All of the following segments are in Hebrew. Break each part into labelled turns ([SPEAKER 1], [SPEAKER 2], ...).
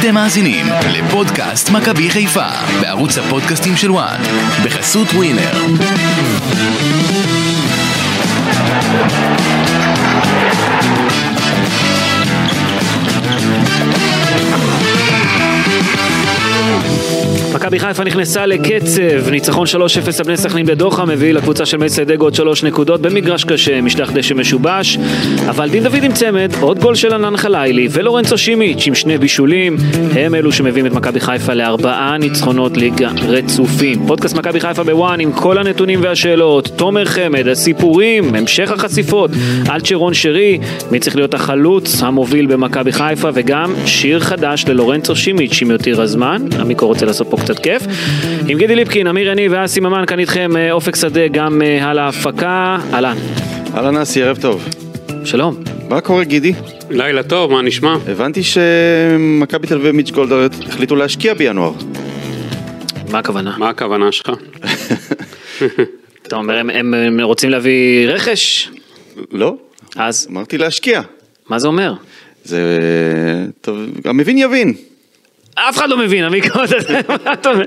[SPEAKER 1] אתם מאזינים לפודקאסט מכבי חיפה בערוץ הפודקאסטים של וואן בחסות ווינר.
[SPEAKER 2] מכבי חיפה נכנסה לקצב, ניצחון 3-0 על בני סכנין בדוחה, מביא לקבוצה של מציידגו עוד 3 נקודות במגרש קשה, משטח דשא משובש, אבל דין דוד עם צמד, עוד גול של ענן חלילי ולורנצו שימיץ' עם שני בישולים, הם אלו שמביאים את מכבי חיפה לארבעה ניצחונות ליגה רצופים. פודקאסט מכבי חיפה בוואן עם כל הנתונים והשאלות, תומר חמד, הסיפורים, המשך החשיפות, אלצ'רון שרי, מי צריך להיות החלוץ המוביל במכבי חיפה, וגם שיר חדש ללורנצו שימיץ' אם יותיר הזמן, עמיקו רוצה לעשות פה קצת כיף. עם גידי ליפקין, אמיר יניב ואסי ממן, כאן איתכם אה, אופק שדה גם אה, על ההפקה, אהלן,
[SPEAKER 3] אהלן אסי, ערב טוב.
[SPEAKER 2] שלום.
[SPEAKER 3] מה קורה גידי?
[SPEAKER 4] לילה טוב, מה נשמע?
[SPEAKER 3] הבנתי שמכבי תל אביב ומיץ' גולדהר החליטו להשקיע בינואר.
[SPEAKER 2] מה הכוונה?
[SPEAKER 4] מה הכוונה שלך?
[SPEAKER 3] כן.
[SPEAKER 2] אתה אומר, הם- הם הם רוצים להביא רכש?
[SPEAKER 3] לא,
[SPEAKER 2] אז,
[SPEAKER 3] אמרתי להשקיע.
[SPEAKER 2] מה זה אומר?
[SPEAKER 3] זה... טוב, גם מבין יבין.
[SPEAKER 2] אף אחד לא מבין, עמיקו, אתה יודע מה אתה אומר?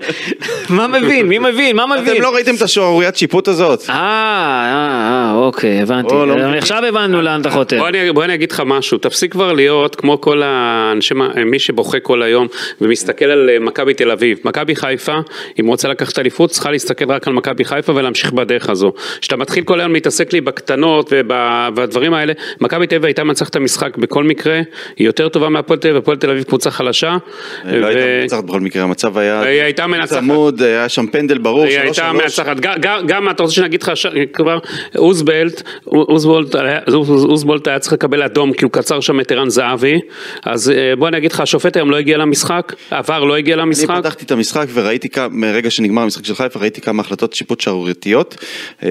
[SPEAKER 2] מה מבין? מי מבין? מה
[SPEAKER 3] אתם
[SPEAKER 2] מבין?
[SPEAKER 3] לא ראיתם את השערוריית שיפוט הזאת?
[SPEAKER 2] אה, אה, אה, אוקיי, הבנתי.
[SPEAKER 3] או, לא מבין.
[SPEAKER 2] עכשיו הבנו לאן אתה חותר.
[SPEAKER 4] בוא אני, בוא אני אגיד לך משהו, תפסיק כבר להיות כמו כל האנשי, מי שבוכה כל היום ומסתכל על אה, מכבי תל אביב. מכבי חיפה, אם רוצה לקחת אליפות, צריכה להסתכל רק על מכבי חיפה ולהמשיך בדרך הזו. כשאתה מתחיל כל היום להתעסק לי בקטנות ובדברים האלה, מכבי תל אביב הייתה מנצחת את המשחק בכל מקרה, היא יותר טובה מהפועל תל אביב, הפועל תל אביב קבוצה חלשה.
[SPEAKER 3] לא הייתה
[SPEAKER 4] ו-
[SPEAKER 3] מנצחת בכל מקרה, המצב היה...
[SPEAKER 4] אה, היא הייתה מנצחת.
[SPEAKER 3] צמוד, אה, היה שם פנדל ברור,
[SPEAKER 4] היא
[SPEAKER 3] שלוש
[SPEAKER 4] הייתה
[SPEAKER 3] שלוש.
[SPEAKER 4] מנצחת, גם- גם- גם אתה רוצה שנגיד לך ש- כבר, אוזבלט, אוזבולט היה- אוז- אוזבולט היה צריך לקבל אדום כי הוא קצר שם את ערן זהבי, אז אה, בוא אני אגיד לך, השופט היום לא הגיע למשחק, עבר לא הגיע
[SPEAKER 3] אני
[SPEAKER 4] למשחק,
[SPEAKER 3] פתחתי את המשחק וראיתי כמה, מרגע שנגמר המשחק של חיפה, ראיתי כמה החלטות שיפוט שערורייתיות. אה,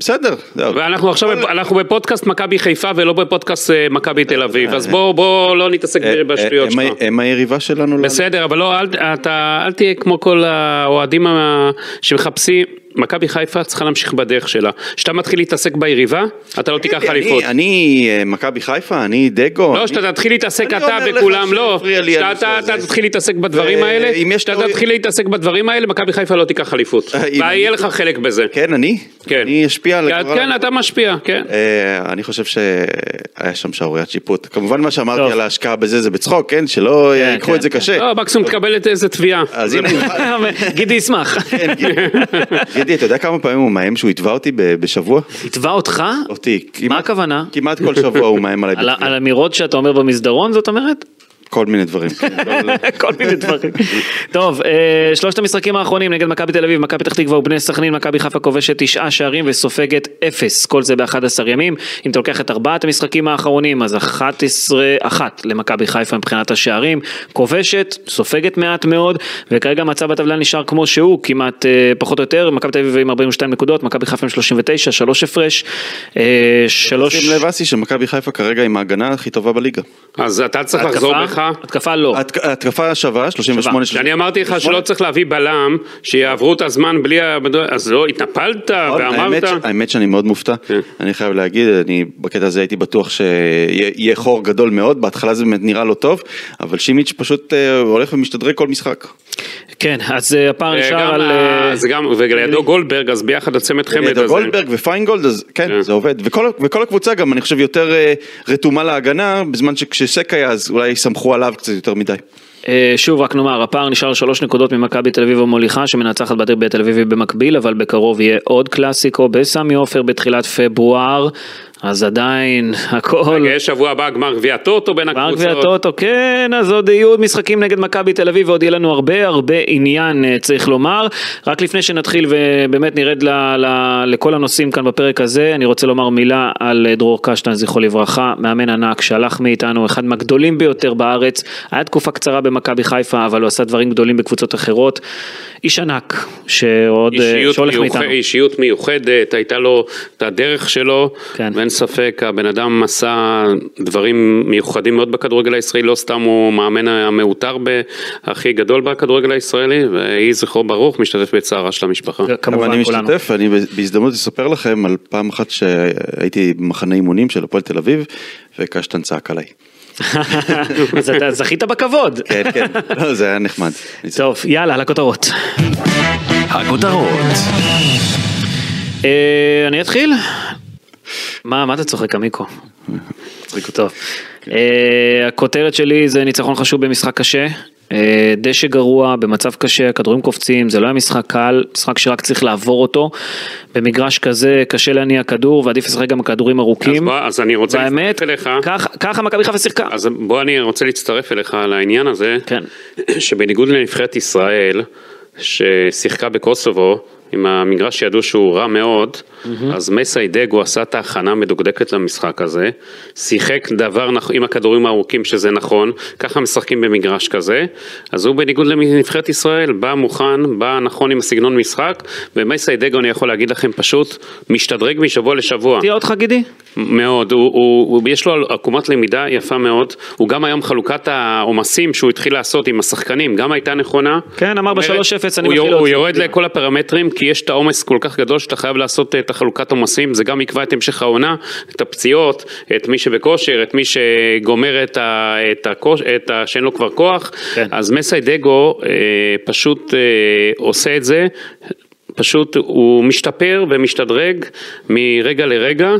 [SPEAKER 3] בסדר, זהו.
[SPEAKER 4] ואנחנו עכשיו,
[SPEAKER 3] כל-
[SPEAKER 4] בפ- אנחנו בפודקאסט מכבי חיפה ולא בפודקאסט אה, מכבי תל אביב, אז בוא- בוא לא נתעסק
[SPEAKER 3] אה, אה,
[SPEAKER 4] בשטויות
[SPEAKER 3] הם
[SPEAKER 4] שלך.
[SPEAKER 3] ה- הם היריבה שלנו. לאליפות.
[SPEAKER 4] בסדר, אבל לא, אל, אתה, אל תהיה כמו כל האוהדים ה- שמחפשים, מכבי חיפה צריכה להמשיך בדרך שלה. כשאתה מתחיל להתעסק ביריבה, אתה לא תיקח
[SPEAKER 3] כן, אני-
[SPEAKER 4] אליפות.
[SPEAKER 3] אני אה, מכבי חיפה, אני דגו.
[SPEAKER 4] לא,
[SPEAKER 3] אני-
[SPEAKER 4] שאתה תתחיל להתעסק
[SPEAKER 3] אני
[SPEAKER 4] אתה
[SPEAKER 3] אומר לך
[SPEAKER 4] בכולם, לא,
[SPEAKER 3] שהפריע לי
[SPEAKER 4] שאתה
[SPEAKER 3] הנושא
[SPEAKER 4] אתה-
[SPEAKER 3] הזה.
[SPEAKER 4] אתה תתחיל להתעסק בדברים
[SPEAKER 3] אה,
[SPEAKER 4] האלה,
[SPEAKER 3] אם יש
[SPEAKER 4] שאתה
[SPEAKER 3] טעויות-
[SPEAKER 4] תתחיל להתעסק בדברים האלה, מכבי חיפה לא תיקח אליפות.
[SPEAKER 3] אה, אם-
[SPEAKER 4] ויהיה לך חלק בזה.
[SPEAKER 3] כן, אני?
[SPEAKER 4] כן.
[SPEAKER 3] אני אשפיע על
[SPEAKER 4] כן,
[SPEAKER 3] הגורל.
[SPEAKER 4] כן, אתה משפיע, כן.
[SPEAKER 3] אה, אני חושב שהיה שם שערוריית שיפוט. כמובן מה
[SPEAKER 2] טוב.
[SPEAKER 3] שאמרתי על ההשקעה בזה זה בצחוק, כן? שלא אה, ייקחו
[SPEAKER 2] כן,
[SPEAKER 3] את זה
[SPEAKER 2] כן.
[SPEAKER 3] קשה.
[SPEAKER 4] לא, מקסימום תקבל את איזה תביעה.
[SPEAKER 3] אז
[SPEAKER 4] זה-
[SPEAKER 3] הנה,
[SPEAKER 2] גידי ישמח.
[SPEAKER 3] כן, גידי. גידי, אתה יודע כמה פעמים הוא מאיים שהוא יתבע אותי ב- בשבוע?
[SPEAKER 2] התבע אותך?
[SPEAKER 3] אותי.
[SPEAKER 2] מה
[SPEAKER 3] כמעט-
[SPEAKER 2] הכוונה?
[SPEAKER 3] כמעט כל שבוע הוא מאיים עליי
[SPEAKER 2] על ה-
[SPEAKER 3] בתביעה.
[SPEAKER 2] על אמירות שאתה אומר במסדרון, זאת אומרת?
[SPEAKER 3] כל מיני דברים. כן, לא- לא-
[SPEAKER 2] כל מיני דברים. טוב, אה, שלושת המשחקים האחרונים נגד מכבי תל אביב, מכבי פתח תקווה ובני סכנין, מכבי חיפה כובשת תשעה שערים וסופגת אפס, כל זה ב-11 ימים. אם אתה לוקח את ארבעת המשחקים האחרונים, אז 11-1 למכבי חיפה מבחינת השערים, כובשת, סופגת מעט מאוד, וכרגע המצב בטבלה נשאר כמו שהוא, כמעט אה, פחות או יותר, מכבי תל אביב עם 42 נקודות, מכבי חיפה עם 39, שלוש הפרש, אה, שלוש...
[SPEAKER 3] שים לב אסי שמכבי חיפה כרגע עם ההגנה הכי טובה בליגה.
[SPEAKER 4] אז אתה צריך לחזור
[SPEAKER 2] התקפה?
[SPEAKER 4] בך.
[SPEAKER 2] התקפה לא.
[SPEAKER 3] ההתק- ההתקפה שווה, 38
[SPEAKER 4] אני אמרתי לך שלא צריך להביא בלם, שיעברו את הזמן בלי ה... אז לא, התנפלת
[SPEAKER 3] נכון, האמת
[SPEAKER 4] ואמרת...
[SPEAKER 3] ש- האמת שאני מאוד מופתע,
[SPEAKER 4] כן.
[SPEAKER 3] אני חייב להגיד, אני בקטע הזה הייתי בטוח שיהיה חור גדול מאוד, בהתחלה זה באמת נראה לא טוב, אבל שימיץ' פשוט אה, הולך ומשתדרג כל משחק.
[SPEAKER 2] כן, אז אה, הפער
[SPEAKER 4] אה,
[SPEAKER 2] נשאר
[SPEAKER 4] גם
[SPEAKER 2] על...
[SPEAKER 4] ה-
[SPEAKER 2] אה,
[SPEAKER 4] זה גם, ולידו גולדברג, אז ביחד הצמד חמד
[SPEAKER 3] לידו
[SPEAKER 4] הזה.
[SPEAKER 3] גולדברג ופיינגולד, אז כן,
[SPEAKER 4] כן.
[SPEAKER 3] זה עובד, וכל ה- וכל הקבוצה גם, אני חושב, יותר אה, רתומה להגנה, בזמן שכשסק היה, אז אולי סמכו עליו קצת יותר מדי.
[SPEAKER 2] אה, שוב רק נאמר הפער נשאר שלוש נקודות ממכבי תל אביב המוליכה שמנצחת בדרבי התל אביבי במקביל אבל בקרוב יהיה עוד קלאסיקו בסמי עופר בתחילת פברואר אז עדיין הכל.
[SPEAKER 4] יש שבוע הבא גמר גביע טוטו בין
[SPEAKER 2] גמר
[SPEAKER 4] הקבוצות.
[SPEAKER 2] גביע הטוטו, כן, אז עוד יהיו עוד משחקים נגד מכבי תל אביב ועוד יהיה לנו הרבה הרבה עניין אה, צריך לומר. רק לפני שנתחיל ובאמת נרד ל, ל, לכל הנושאים כאן בפרק הזה, אני רוצה לומר מילה על אה, דרור קשטן זכרו לברכה, מאמן ענק שהלך מאיתנו, אחד מהגדולים ביותר בארץ, היה תקופה קצרה במכבי חיפה אבל הוא עשה דברים גדולים בקבוצות אחרות. איש ענק שעוד, אה,
[SPEAKER 4] אישיות,
[SPEAKER 2] שהולך
[SPEAKER 4] מיוחד,
[SPEAKER 2] מאיתנו.
[SPEAKER 4] אישיות מיוחדת, הייתה לו את הדרך שלו,
[SPEAKER 2] כן.
[SPEAKER 4] ואין ספק, הבן אדם עשה דברים מיוחדים מאוד בכדורגל הישראלי, לא סתם הוא המאמן המעוטר ב- הכי גדול בכדורגל הישראלי, ויהי זכרו ברוך, משתתף בצערה של המשפחה.
[SPEAKER 3] אבל אני
[SPEAKER 2] כמובן כולנו.
[SPEAKER 3] משתתף, אני בהזדמנות אספר לכם על פעם אחת שהייתי במחנה אימונים של הפועל תל אביב, וקשטן צעק עליי.
[SPEAKER 2] אז אתה זכית בכבוד.
[SPEAKER 3] כן, כן, לא, זה היה נחמד.
[SPEAKER 2] טוב, יאללה, לכותרות.
[SPEAKER 1] הכותרות.
[SPEAKER 2] אה, אני אתחיל? מה, מה אתה צוחק, עמיקו? מצחיק אותו.
[SPEAKER 4] כן.
[SPEAKER 2] אה, הכותרת שלי זה ניצחון חשוב במשחק קשה. אה, דשא גרוע, במצב קשה, הכדורים קופצים, זה לא היה משחק קל, משחק שרק צריך לעבור אותו. במגרש כזה קשה להניע כדור, ועדיף לשחק גם כדורים
[SPEAKER 4] אז,
[SPEAKER 2] ארוכים.
[SPEAKER 4] בוא, אז אני רוצה
[SPEAKER 2] והאמת,
[SPEAKER 4] להצטרף אליך.
[SPEAKER 2] כך- ככה מכבי חיפה שיחקה.
[SPEAKER 4] אז בוא אני רוצה להצטרף אליך על העניין הזה,
[SPEAKER 2] כן.
[SPEAKER 4] שבניגוד לנבחרת ישראל, ששיחקה בקוסובו, עם המגרש שידעו שהוא רע מאוד, אז מסיידגו עשה את ההכנה המדוקדקת למשחק הזה, שיחק דבר נכ... עם הכדורים הארוכים שזה נכון, ככה משחקים במגרש כזה, אז הוא בניגוד לנבחרת ישראל, בא מוכן, בא נכון עם הסגנון משחק, ומסיידגו אני יכול להגיד לכם פשוט, משתדרג משבוע לשבוע.
[SPEAKER 2] תהיה אותך גידי?
[SPEAKER 4] מאוד, הוא, הוא, הוא, יש לו עקומת למידה יפה מאוד, הוא גם היום חלוקת העומסים שהוא התחיל לעשות עם השחקנים, גם הייתה נכונה.
[SPEAKER 2] כן, אמר
[SPEAKER 4] אומרת,
[SPEAKER 2] ב-3-0, אני
[SPEAKER 4] הוא
[SPEAKER 2] מתחיל
[SPEAKER 4] יור- הוא
[SPEAKER 2] להוציא.
[SPEAKER 4] יורד לכל הפרמטרים, כי יש את העומס כל כך גדול שאתה חייב לעשות אה, את החלוקת עומסים, זה גם יקבע את המשך העונה, את הפציעות, את מי שבכושר, את מי שגומר את ה... את הכוש, את ה שאין לו כבר כוח,
[SPEAKER 2] כן.
[SPEAKER 4] אז מסיידגו אה, פשוט אה, עושה את זה. פשוט הוא משתפר ומשתדרג מרגע לרגע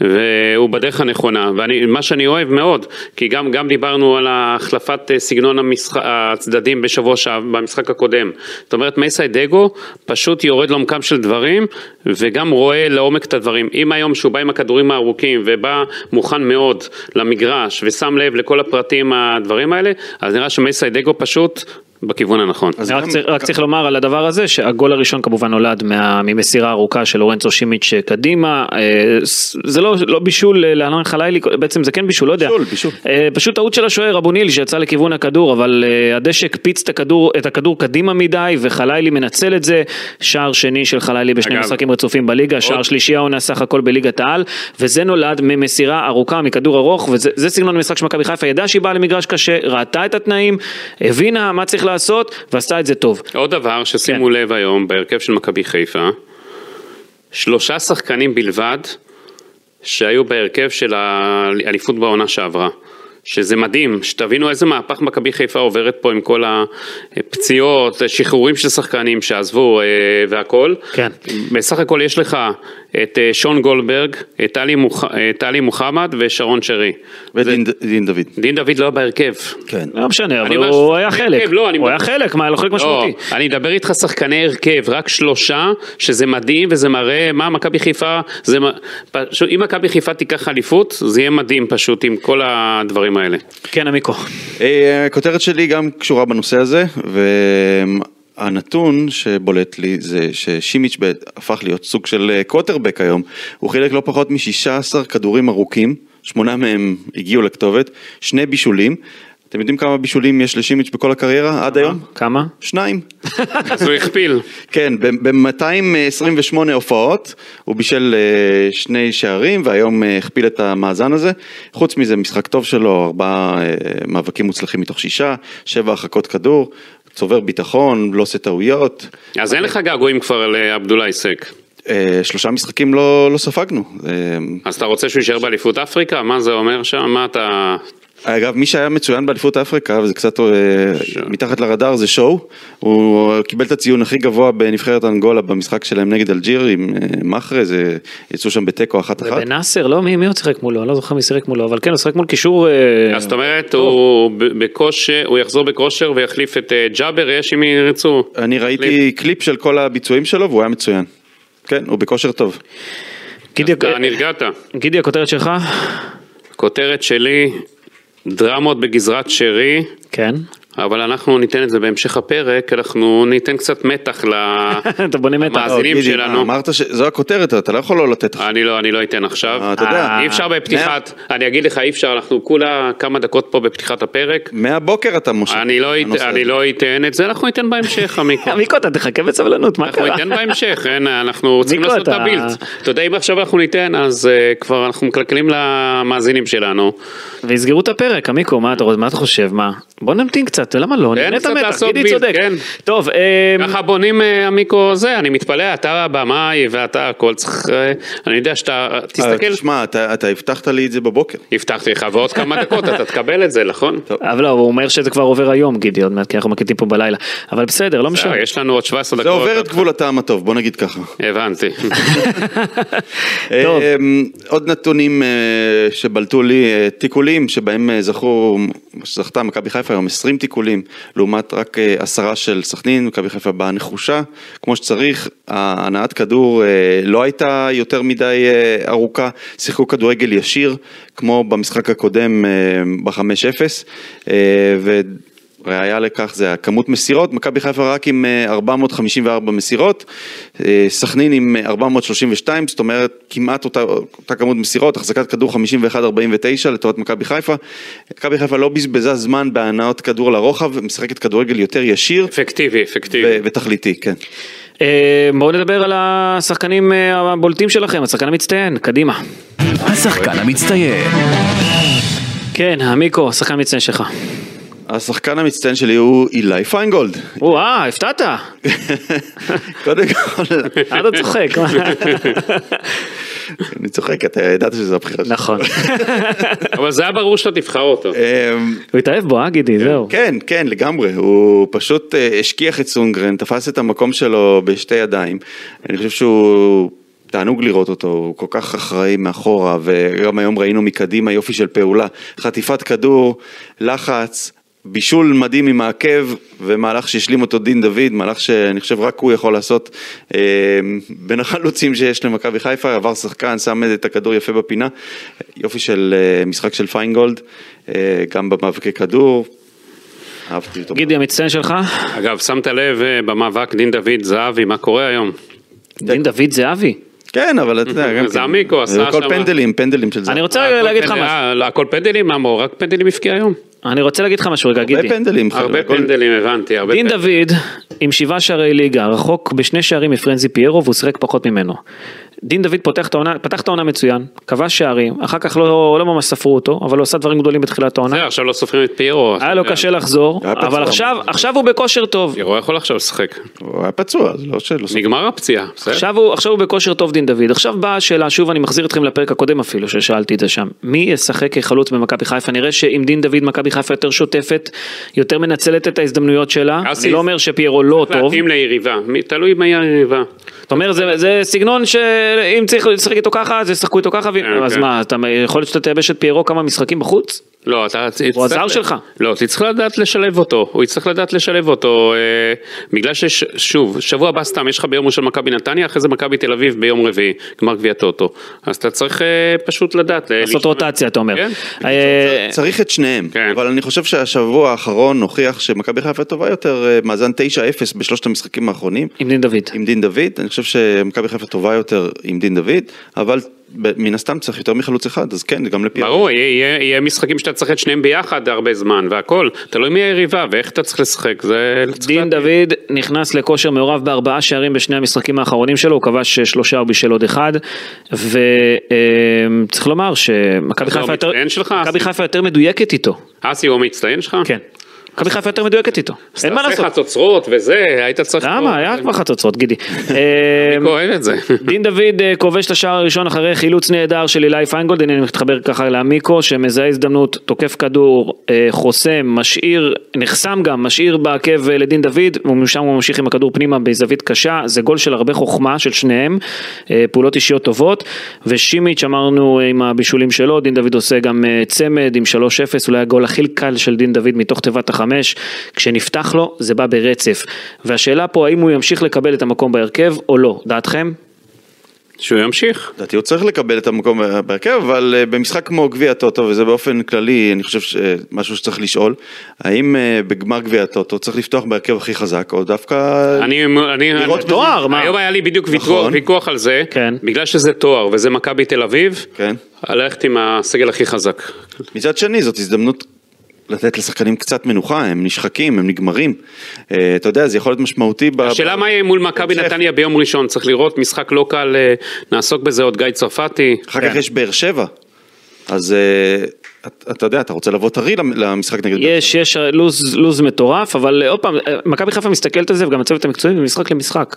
[SPEAKER 4] והוא בדרך הנכונה ומה שאני אוהב מאוד כי גם, גם דיברנו על החלפת אה, סגנון המשח... הצדדים בשבוע שעבר במשחק הקודם זאת אומרת מייסי דגו פשוט יורד לעומקם של דברים וגם רואה לעומק את הדברים אם היום שהוא בא עם הכדורים הארוכים ובא מוכן מאוד למגרש ושם לב לכל הפרטים הדברים האלה אז נראה שמייסי דגו פשוט בכיוון הנכון
[SPEAKER 3] נכון, אז
[SPEAKER 2] רק,
[SPEAKER 3] גם-
[SPEAKER 2] צריך, רק צריך לומר על הדבר הזה שהגול הראשון כמובן נולד מה, ממסירה ארוכה של אורנצו שימיץ' קדימה, אה, ס- זה לא, לא בישול אה, לאלון חלילי, בעצם זה כן בישול, לא יודע.
[SPEAKER 3] בישול, בישול.
[SPEAKER 2] אה, פשוט טעות של השוער אבו ניל שיצא לכיוון הכדור, אבל אה, הדשא הקפיץ את הכדור, את הכדור קדימה מדי וחלילי מנצל את זה, שער שני של חלילי בשני
[SPEAKER 4] אגב,
[SPEAKER 2] משחקים רצופים בליגה, שער שלישי העונה סך הכל בליגת העל, וזה נולד ממסירה ארוכה, מכדור ארוך, וזה זה סגנון המשחק של מכבי חיפה, ידעה שהיא באה למגרש קשה, ראתה את התנאים, הבינה מה צריך לעשות, ועשתה את זה טוב.
[SPEAKER 4] עוד דבר ששימו
[SPEAKER 2] כן.
[SPEAKER 4] כן. לב היום בהרכב של מכבי חיפה, שלושה שחקנים בלבד שהיו בהרכב של האליפות בעונה שעברה. שזה מדהים, שתבינו איזה מהפך מכבי חיפה עוברת פה עם כל הפציעות, שחרורים של שחקנים שעזבו אה, והכל.
[SPEAKER 2] כן.
[SPEAKER 4] בסך הכל יש לך את אה, שון גולדברג, את טלי מוח... אה, טלי מוחמד ושרון שרי.
[SPEAKER 3] ודין דין דוד.
[SPEAKER 4] דין דוד לא בהרכב.
[SPEAKER 3] כן.
[SPEAKER 2] לא משנה, אבל
[SPEAKER 4] אומר
[SPEAKER 2] הוא
[SPEAKER 4] ש-
[SPEAKER 2] היה חלק,
[SPEAKER 4] לא, אני
[SPEAKER 2] הוא היה
[SPEAKER 4] אומר-
[SPEAKER 2] חלק, מה, לא חלק משמעותי.
[SPEAKER 4] לא, אני אדבר איתך שחקני הרכב, רק שלושה, שזה מדהים וזה מראה מה מכבי חיפה, זה מ- פשוט, אם מכבי חיפה תיקח אליפות, זה יהיה מדהים פשוט עם כל הדברים האלה.
[SPEAKER 2] כן, עמיקו.
[SPEAKER 3] אה, הכותרת שלי גם קשורה בנושא הזה, והנתון שבולט לי זה ששימיץ' ב- הפך להיות סוג של אה, קווטרבק היום, הוא חילק לא פחות מ-16 כדורים ארוכים, שמונה מהם הגיעו לכתובת, שני בישולים. אתם יודעים כמה בישולים יש לשימיץ' בכל הקריירה עד היום?
[SPEAKER 2] כמה?
[SPEAKER 3] שניים.
[SPEAKER 4] אז הוא הכפיל.
[SPEAKER 3] כן, ב-228 הופעות, הוא בישל אה, שני שערים, והיום אה, הכפיל את המאזן הזה. חוץ מזה, משחק טוב שלו, ארבעה אה, מאבקים מוצלחים מתוך שישה, שבע הרחקות כדור, צובר ביטחון, לא עושה טעויות.
[SPEAKER 4] אז אין לך געגועים כבר לעבדולאי סק.
[SPEAKER 3] אה, שלושה משחקים לא, לא ספגנו. אה,
[SPEAKER 4] אז אתה רוצה שהוא יישאר באליפות אפריקה? מה זה אומר שם? מה אתה...
[SPEAKER 3] אגב, מי שהיה מצוין באליפות אפריקה, וזה קצת אה, מתחת לרדאר, זה שואו. הוא קיבל את הציון הכי גבוה בנבחרת אנגולה במשחק שלהם נגד אלג'יר עם אה, מחרה, זה יצאו שם בתיקו אחת אחת.
[SPEAKER 2] בנאסר, לא, מי מי עוד שיחק מולו? אני לא זוכר מי שיחק מולו, אבל כן, הוא שיחק מול קישור... אה,
[SPEAKER 4] אז זאת אומרת, הוא ב- בכושר, הוא יחזור בכושר ויחליף את אה, ג'אבר, יש אם ירצו.
[SPEAKER 3] אני ראיתי קליפ של כל הביצועים שלו והוא היה מצוין. כן, הוא בכושר טוב.
[SPEAKER 2] גידי,
[SPEAKER 4] אתה אה, נרגעת.
[SPEAKER 2] גידי, הכותרת שלך?
[SPEAKER 4] כותרת שלי, דרמות בגזרת שרי.
[SPEAKER 2] כן.
[SPEAKER 4] אבל אנחנו ניתן את זה בהמשך הפרק, אנחנו ניתן קצת מתח ל-
[SPEAKER 2] אתה בונה מתח.
[SPEAKER 4] מאזינים. הדינים
[SPEAKER 3] אה, גידי,
[SPEAKER 4] שלנו.
[SPEAKER 3] אמרת שזו הכותרת, אתה לא יכול לא לתת.
[SPEAKER 4] אני לא, אני לא אתן עכשיו.
[SPEAKER 3] אה, אתה יודע.
[SPEAKER 4] אי אפשר בפתיחת, אני אגיד לך, אי אפשר, אנחנו כולה כמה דקות פה בפתיחת הפרק.
[SPEAKER 3] מהבוקר אתה מושך.
[SPEAKER 4] אני לא, אית,
[SPEAKER 3] הנושא
[SPEAKER 4] אני
[SPEAKER 3] הזה.
[SPEAKER 4] לא אתן את זה, אנחנו ניתן בהמשך, עמיקו.
[SPEAKER 2] עמיקו, אתה תחכה בסבלנות, מה
[SPEAKER 4] אנחנו
[SPEAKER 2] קרה?
[SPEAKER 4] ניתן בהמשך, אין, אנחנו צריכים
[SPEAKER 2] עמיקו,
[SPEAKER 4] לעשות את
[SPEAKER 2] אתה-
[SPEAKER 4] הבילט. אתה יודע, אם עכשיו אנחנו ניתן, אז אה, כבר אנחנו מקלקלים למאזינים שלנו.
[SPEAKER 2] ויסגרו את הפרק, עמיקו, מה אתה מה אתה חושב? מה? בוא נמתין קצת, למה לא? נהנה את
[SPEAKER 4] כן, קצת
[SPEAKER 2] המתח,
[SPEAKER 4] לעשות
[SPEAKER 2] גידי
[SPEAKER 4] ביל,
[SPEAKER 2] צודק.
[SPEAKER 4] כן.
[SPEAKER 2] טוב, אה,
[SPEAKER 4] ככה בונים אה, המיקרו זה, אני מתפלא, אתה הבמאי ואתה הכל צריך, אה, אני יודע שאתה, תסתכל,
[SPEAKER 3] תשמע, אה, אתה אתה הבטחת לי את זה בבוקר.
[SPEAKER 4] הבטחתי לך ועוד כמה דקות אתה תקבל את זה, נכון?
[SPEAKER 2] אבל לא, הוא אומר שזה כבר עובר היום, גידי, עוד מעט, כי אנחנו מקליטים פה בלילה. אבל בסדר, לא משנה.
[SPEAKER 4] בסדר, אה, יש לנו עוד 17 דקות.
[SPEAKER 3] זה עובר את גבול הטעם הטוב, בוא נגיד ככה.
[SPEAKER 4] הבנתי.
[SPEAKER 2] טוב.
[SPEAKER 3] אמ, עוד נתונים אה, שבלטו לי, אה, תיקולים שבהם אה, זכו, זכתה מכבי חיפה היום 20 תיקולים, לעומת רק אה, עשרה של סכנין, מכבי חיפה באה נחושה, כמו שצריך, הנעת כדור אה, לא הייתה יותר מדי אה, ארוכה, שיחקו כדורגל ישיר, כמו במשחק הקודם אה, ב-5-0, אה, ו... ראיה לכך זה הכמות מסירות, מכבי חיפה רק עם אה, 454 מסירות, אה, סכנין עם אה, 432, זאת אומרת כמעט אותה, אותה כמות מסירות, החזקת כדור 51-49 לטובת מכבי חיפה. מכבי חיפה לא בזבזה זמן בהנעות כדור לרוחב, משחקת כדורגל יותר ישיר
[SPEAKER 4] אפקטיבי, אפקטיבי.
[SPEAKER 3] ו- ותכליתי, כן.
[SPEAKER 2] אה, בואו נדבר על השחקנים אה, הבולטים שלכם, השחקן המצטיין, קדימה.
[SPEAKER 1] השחקן המצטיין.
[SPEAKER 2] כן, המיקרו, השחקן המצטיין שלך.
[SPEAKER 3] השחקן המצטיין שלי הוא אילי פיינגולד.
[SPEAKER 2] וואה, אה, הפתעת.
[SPEAKER 3] קודם כל,
[SPEAKER 2] אתה צוחק.
[SPEAKER 3] אני צוחק, אתה ידעת שזו הבחירה שלי.
[SPEAKER 2] נכון.
[SPEAKER 4] אבל זה היה ברור שאתה תבחר אותו.
[SPEAKER 2] אה.
[SPEAKER 3] אמ,
[SPEAKER 2] הוא התאהב בו, אה, גידי, זהו.
[SPEAKER 3] כן, כן, לגמרי. הוא פשוט אה, השכיח את סונגרן, תפס את המקום שלו בשתי ידיים. אני חושב שהוא... תענוג לראות אותו, הוא כל כך אחראי מאחורה, וגם היום ראינו מקדימה יופי של פעולה. חטיפת כדור, לחץ, בישול מדהים עם העקב, ומהלך שהשלים אותו דין דוד, מהלך שאני חושב רק הוא יכול לעשות אה, בין החלוצים שיש למכבי חיפה, עבר שחקן, שם את הכדור יפה בפינה. יופי של אה, משחק של פיינגולד, אה, גם במאבקי כדור, אהבתי אותו.
[SPEAKER 2] גידי, המצטיין שלך?
[SPEAKER 4] אגב, שמת לב אה, במאבק דין דוד זהבי, מה קורה היום?
[SPEAKER 2] דין דוד זהבי.
[SPEAKER 3] כן, אבל אתה יודע, גם
[SPEAKER 4] זה
[SPEAKER 3] כן.
[SPEAKER 4] עמיקו, עשה
[SPEAKER 3] הכל
[SPEAKER 4] שם.
[SPEAKER 3] פנדלים, פנדלים של זה.
[SPEAKER 2] אני
[SPEAKER 4] הכל
[SPEAKER 2] רוצה לא, להגיד לך
[SPEAKER 4] פנדל-
[SPEAKER 2] משהו.
[SPEAKER 4] אה, לא, הכל פנדלים? למה הוא רק פנדלים הבקיע היום?
[SPEAKER 2] אני רוצה להגיד לך משהו רגע, גידי.
[SPEAKER 3] הרבה פנדלים.
[SPEAKER 4] הרבה
[SPEAKER 3] חבר'ה, גול-
[SPEAKER 4] פנדלים, הבנתי, הרבה
[SPEAKER 2] נכון, דין
[SPEAKER 4] פנדלים.
[SPEAKER 2] דוד עם שבעה שערי ליגה, רחוק בשני שערים מפרנזי פיירו והוא שיחק פחות ממנו. דין דוד פותח את העונה, פתח את העונה מצוין, כבש שערים, אחר כך לא, לא ממש ספרו אותו, אבל הוא עשה דברים גדולים בתחילת העונה.
[SPEAKER 4] זהו, עכשיו לא סופרים את פיירו.
[SPEAKER 2] היה לו קשה לחזור,
[SPEAKER 3] היה פצוע.
[SPEAKER 2] אבל עכשיו, עכשיו הוא בכושר טוב.
[SPEAKER 4] פיירו יכול עכשיו לשחק.
[SPEAKER 3] הוא היה פצוע, אז לא שלא סופר.
[SPEAKER 4] נגמר הפציעה, בסדר?
[SPEAKER 2] עכשיו הוא, עכשיו הוא בכושר טוב דין דוד. עכשיו באה השאלה, שוב אני מחזיר אתכם לפרק הקודם אפילו, ששאלתי את זה שם. מי ישחק כחלוץ במכבי חיפה? נראה שעם דין דוד מכבי חיפה יותר שוטפת, יותר מנצלת את ההזדמנויות שלה.
[SPEAKER 4] אסי,
[SPEAKER 2] אני לא אומר שפיירו לא טוב.
[SPEAKER 4] להתאים ליריבה, מי- תלוי מהי היריבה.
[SPEAKER 2] אתה אומר, זה, זה סגנון שאם צריך לשחק איתו ככה, אז ישחקו איתו ככה, ו...
[SPEAKER 4] כן,
[SPEAKER 2] אז
[SPEAKER 4] כן.
[SPEAKER 2] מה, אתה יכול להיות שאתה תייבש את פיירו כמה משחקים בחוץ?
[SPEAKER 4] לא, אתה...
[SPEAKER 2] הוא
[SPEAKER 4] תצטרך-
[SPEAKER 2] הזר שלך.
[SPEAKER 4] לא, תצטרך לדעת לשלב אותו. הוא יצטרך לדעת לשלב אותו. אה, בגלל שיש, שוב, שבוע הבא סתם, יש לך ביום ראשון מכבי נתניה, אחרי זה מכבי תל אביב ביום רביעי, גמר גביע טוטו. אז אתה צריך אה, פשוט לדעת. אה,
[SPEAKER 2] לעשות
[SPEAKER 4] להשתמש-
[SPEAKER 2] רוטציה, אתה אומר.
[SPEAKER 4] כן.
[SPEAKER 2] אה,
[SPEAKER 3] צריך את שניהם,
[SPEAKER 4] כן.
[SPEAKER 3] אבל אני חושב שהשבוע האחרון הוכיח שמכבי חיפה טובה יותר, אה, מאזן 9-0 בשלושת המשחקים האחרונים,
[SPEAKER 2] עם דין דוד.
[SPEAKER 3] עם דין דוד, אני חושב שמכבי חיפה טובה יותר עם דין דוד, אבל ב- מן הסתם צריך יותר מחלוץ אחד, אז כן, גם לפי...
[SPEAKER 4] ברור, יהיה- יהיה יהיה משחקים שאתה צריך את שניהם ביחד הרבה זמן והכל, תלוי מי היריבה ואיך אתה צריך לשחק, זה...
[SPEAKER 2] דין דוד נכנס לכושר מעורב בארבעה שערים בשני המשחקים האחרונים שלו, הוא כבש אה, שלושה הוא בישל עוד אחד, וצריך לומר שמכבי
[SPEAKER 4] אתה
[SPEAKER 2] חיפה יותר-
[SPEAKER 4] המצטיין לא, שלך,
[SPEAKER 2] מכבי
[SPEAKER 4] אסי?
[SPEAKER 2] חיפה יותר מדויקת איתו,
[SPEAKER 4] אסי הוא המצטיין שלך?
[SPEAKER 2] כן. מכבי חיפה יותר מדויקת איתו, אין מה לעשות.
[SPEAKER 4] תעשה חצוצרות וזה, היית צריך...
[SPEAKER 2] למה? היה כבר חצוצרות, גידי. אה,
[SPEAKER 4] אני כואב את זה.
[SPEAKER 2] דין דוד אה, כובש את השער הראשון אחרי חילוץ נהדר של אילי פיינגולד, הנה אני מתחבר ככה לעמיקו, שמזהה הזדמנות, תוקף כדור, אה, חוסם, משאיר, נחסם גם, משאיר בעקב אה, לדין דוד, ומשם הוא ממשיך עם הכדור פנימה בזווית קשה, זה גול של הרבה חוכמה של שניהם, אה, פעולות אישיות טובות, ושימיץ' אמרנו אה, עם הבישולים שלו, דין דוד עושה גם אה, צמד עם 3-0, אולי הגול הכי קל של דין דוד מתוך תיבת החמש, כשנפתח לו זה בא ברצף, והשאלה פה האם הוא ימשיך לקבל את המקום בהרכב או לא, דעתכם?
[SPEAKER 4] שהוא ימשיך.
[SPEAKER 3] לדעתי הוא צריך לקבל את המקום בהרכב, אבל אה, במשחק כמו גביע הטוטו, וזה באופן כללי, אני חושב שמשהו שצריך לשאול, האם אה, בגמר גביע הטוטו צריך לפתוח בהרכב הכי חזק, או דווקא...
[SPEAKER 4] אני, אני,
[SPEAKER 3] לראות
[SPEAKER 4] אני-
[SPEAKER 2] תואר, מה?
[SPEAKER 4] היום היה לי בדיוק ויכוח,
[SPEAKER 3] נכון.
[SPEAKER 4] ויכוח על זה,
[SPEAKER 2] כן.
[SPEAKER 4] בגלל שזה תואר וזה מכבי תל אביב,
[SPEAKER 3] כן.
[SPEAKER 4] הלכת עם הסגל הכי חזק.
[SPEAKER 3] מצד שני, זאת הזדמנות לתת לשחקנים קצת מנוחה, הם נשחקים, הם נגמרים. אה, אתה יודע, זה יכול להיות משמעותי. ב-
[SPEAKER 4] השאלה מה יהיה מול מכבי
[SPEAKER 3] בהמשך.
[SPEAKER 4] נתניה ביום ראשון, צריך לראות משחק לא קל, אה, נעסוק בזה עוד גיא צרפתי.
[SPEAKER 3] אחר כך יש באר שבע. אז אה, את- אתה יודע, אתה רוצה לבוא טרי למ- למשחק נגד... באר
[SPEAKER 2] יש, יש לוז, לוז מטורף, אבל אה, עוד פעם, אה, מכבי חיפה מסתכלת על זה, וגם הצוות המקצועי, ממשחק למשחק.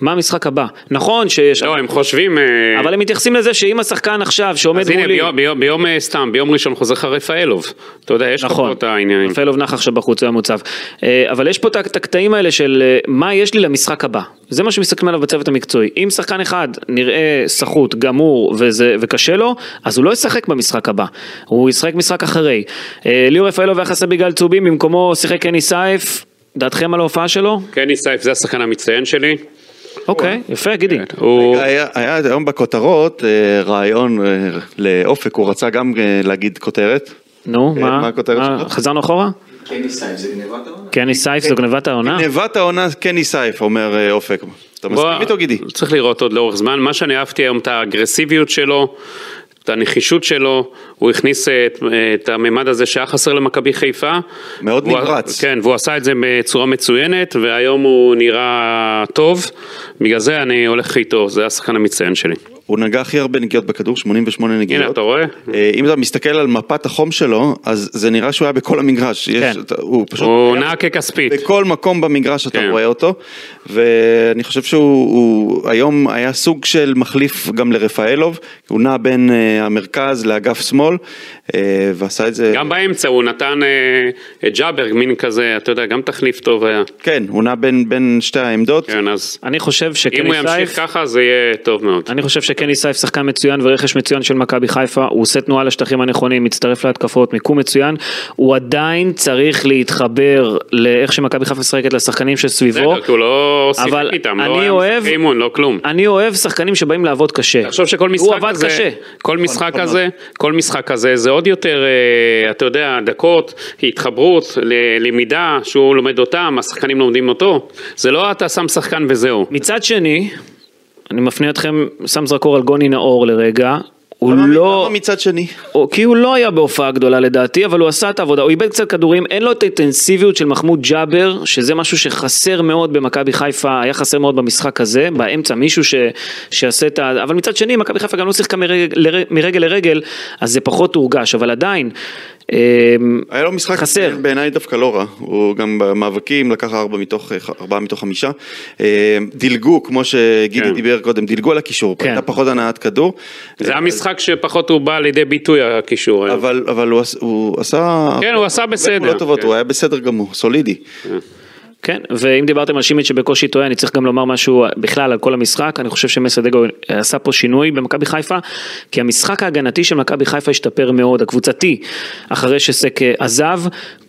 [SPEAKER 2] מה המשחק הבא? נכון שיש...
[SPEAKER 4] לא, הם חושבים... אה,
[SPEAKER 2] אבל הם מתייחסים לזה שאם השחקן עכשיו שעומד
[SPEAKER 4] אז הנה,
[SPEAKER 2] מולי...
[SPEAKER 4] ביום, ביום, ביום אה, סתם, ביום ראשון חוזר לך רפאלוב. אתה יודע, יש לך פה
[SPEAKER 2] נכון,
[SPEAKER 4] את העניינים.
[SPEAKER 2] רפאלוב נח עכשיו בחוץ, היה מוצב. אה, אבל יש פה את את הקטעים האלה של אה, מה יש לי למשחק הבא. זה מה שמסתכלים עליו בצוות המקצועי. אם שחקן אחד נראה סחוט, גמור וזה, וקשה לו, אז הוא לא ישחק במשחק הבא. הוא ישחק משחק אחרי. אה, ליאור רפאלוב היה חסר בגלל צהובים, במקומו שיחק קני סייף. דעתכם על ההופעה שלו?
[SPEAKER 4] קני סייף זה השחקן המצטיין שלי.
[SPEAKER 2] אוקיי, יפה,
[SPEAKER 4] כן,
[SPEAKER 2] גידי.
[SPEAKER 4] הוא...
[SPEAKER 3] היה היה היום בכותרות אה, רעיון אה, לאופק, הוא רצה גם אה, להגיד כותרת.
[SPEAKER 2] נו,
[SPEAKER 3] אה,
[SPEAKER 2] מה?
[SPEAKER 3] מה הכותרת
[SPEAKER 2] מה,
[SPEAKER 3] שלך?
[SPEAKER 2] חזרנו אחורה? קני סייף זה גנבת העונה?
[SPEAKER 4] כן.
[SPEAKER 3] גנבת העונה קני סייף, אומר אה, אופק. אתה מסכים
[SPEAKER 4] אה. בוא-
[SPEAKER 3] איתו גידי?
[SPEAKER 4] צריך לראות עוד לאורך זמן. מה שאני אהבתי היום, את האגרסיביות שלו, את הנחישות שלו, הוא הכניס אה, את, אה, את הממד הזה שהיה חסר למכבי חיפה.
[SPEAKER 3] מאוד
[SPEAKER 4] והוא-
[SPEAKER 3] נמרץ.
[SPEAKER 4] כן, והוא עשה את זה בצורה מצוינת, והיום הוא נראה טוב. בגלל זה אני הולך איתו, זה השחקן המצטיין שלי.
[SPEAKER 3] הוא נגע הכי הרבה נגיעות בכדור, 88 נגיעות.
[SPEAKER 4] הנה, אתה רואה?
[SPEAKER 3] אה, אם אתה מסתכל על מפת החום שלו, אז זה נראה שהוא היה בכל המגרש. יש-
[SPEAKER 2] כן.
[SPEAKER 3] אתה- הוא פשוט...
[SPEAKER 4] הוא נע ככספית.
[SPEAKER 3] בכל מקום במגרש אתה
[SPEAKER 4] כן.
[SPEAKER 3] רואה אותו, ואני חושב שהוא הוא, היום היה סוג של מחליף גם לרפאלוב, הוא נע בין אה, המרכז לאגף שמאל, אה, ועשה את זה,
[SPEAKER 4] גם באמצע הוא נתן אה, את ג'אבר, מין כזה, אתה יודע, גם תחליף טוב היה.
[SPEAKER 3] כן, הוא נע בין, בין שתי העמדות,
[SPEAKER 4] כן, אז
[SPEAKER 2] אני חושב
[SPEAKER 4] אם הוא
[SPEAKER 2] שקני סייף...
[SPEAKER 4] ימשיך ככה זה יהיה טוב מאוד.
[SPEAKER 2] אני חושב שקני סייף שחקן מצוין ורכש מצוין של מכבי חיפה, הוא עושה תנועה לשטחים הנכונים, מצטרף להתקפות, מיקום מצוין, הוא עדיין צריך להתחבר לאיך שמכבי חיפה משחקת לשחקנים שסביבו,
[SPEAKER 4] בסדר, כי הוא לא שיחק
[SPEAKER 2] אבל
[SPEAKER 4] איתם,
[SPEAKER 2] אני
[SPEAKER 4] לא היה
[SPEAKER 2] אוהב-
[SPEAKER 4] משחק אימון, לא כלום.
[SPEAKER 2] אני אוהב שחקנים שבאים לעבוד קשה,
[SPEAKER 4] תחשוב שכל
[SPEAKER 2] הוא
[SPEAKER 4] משחק
[SPEAKER 2] עבד
[SPEAKER 4] כזה,
[SPEAKER 2] קשה,
[SPEAKER 4] כל משחק כזה, כל משחק כזה זה עוד יותר, אה, אתה יודע, דקות, התחברות, ל- למידה שהוא לומד אותם, השחקנים לומדים אותו, זה לא אתה שם שחקן וזהו.
[SPEAKER 2] מצד שני, אני מפנה אתכם, שם זרקור על גוני נאור לרגע, הוא
[SPEAKER 3] למה-
[SPEAKER 2] לא...
[SPEAKER 3] למה מצד שני?
[SPEAKER 2] או, כי הוא לא היה בהופעה גדולה לדעתי, אבל הוא עשה את העבודה, הוא איבד קצת כדורים, אין לו את האינטנסיביות של מחמוד ג'אבר, שזה משהו שחסר מאוד במכבי חיפה, היה חסר מאוד במשחק הזה, באמצע מישהו ש, שיעשה את ה... אבל מצד שני, מכבי חיפה גם לא שיחקה מרגל, לר- מרגל לרגל, אז זה פחות הורגש, אבל עדיין... אמ,
[SPEAKER 3] היה לו משחק
[SPEAKER 2] חסר.
[SPEAKER 3] בעיניי דווקא לא רע, הוא גם במאבקים לקח ארבע מתוך, ארבעה מתוך חמישה, אה, דילגו, כמו שגידי
[SPEAKER 4] כן.
[SPEAKER 3] דיבר קודם, דילגו על הקישור,
[SPEAKER 2] כן.
[SPEAKER 3] הייתה פחות הנעת כדור,
[SPEAKER 4] זה המשחק שפחות הוא בא לידי ביטוי הקישור היום.
[SPEAKER 3] אבל, אבל הוא, עש- הוא עשה...
[SPEAKER 4] כן, הוא עשה
[SPEAKER 3] פעולות
[SPEAKER 4] בסדר.
[SPEAKER 3] טובות,
[SPEAKER 4] כן.
[SPEAKER 3] הוא היה בסדר גמור, סולידי.
[SPEAKER 2] כן, ואם דיברתם על שימיץ' שבקושי טועה, אני צריך גם לומר משהו בכלל על כל המשחק, אני חושב שמסדגו עשה פה שינוי במכבי חיפה, כי המשחק ההגנתי של מכבי חיפה השתפר מאוד, הקבוצתי, אחרי שסק אה, עזב,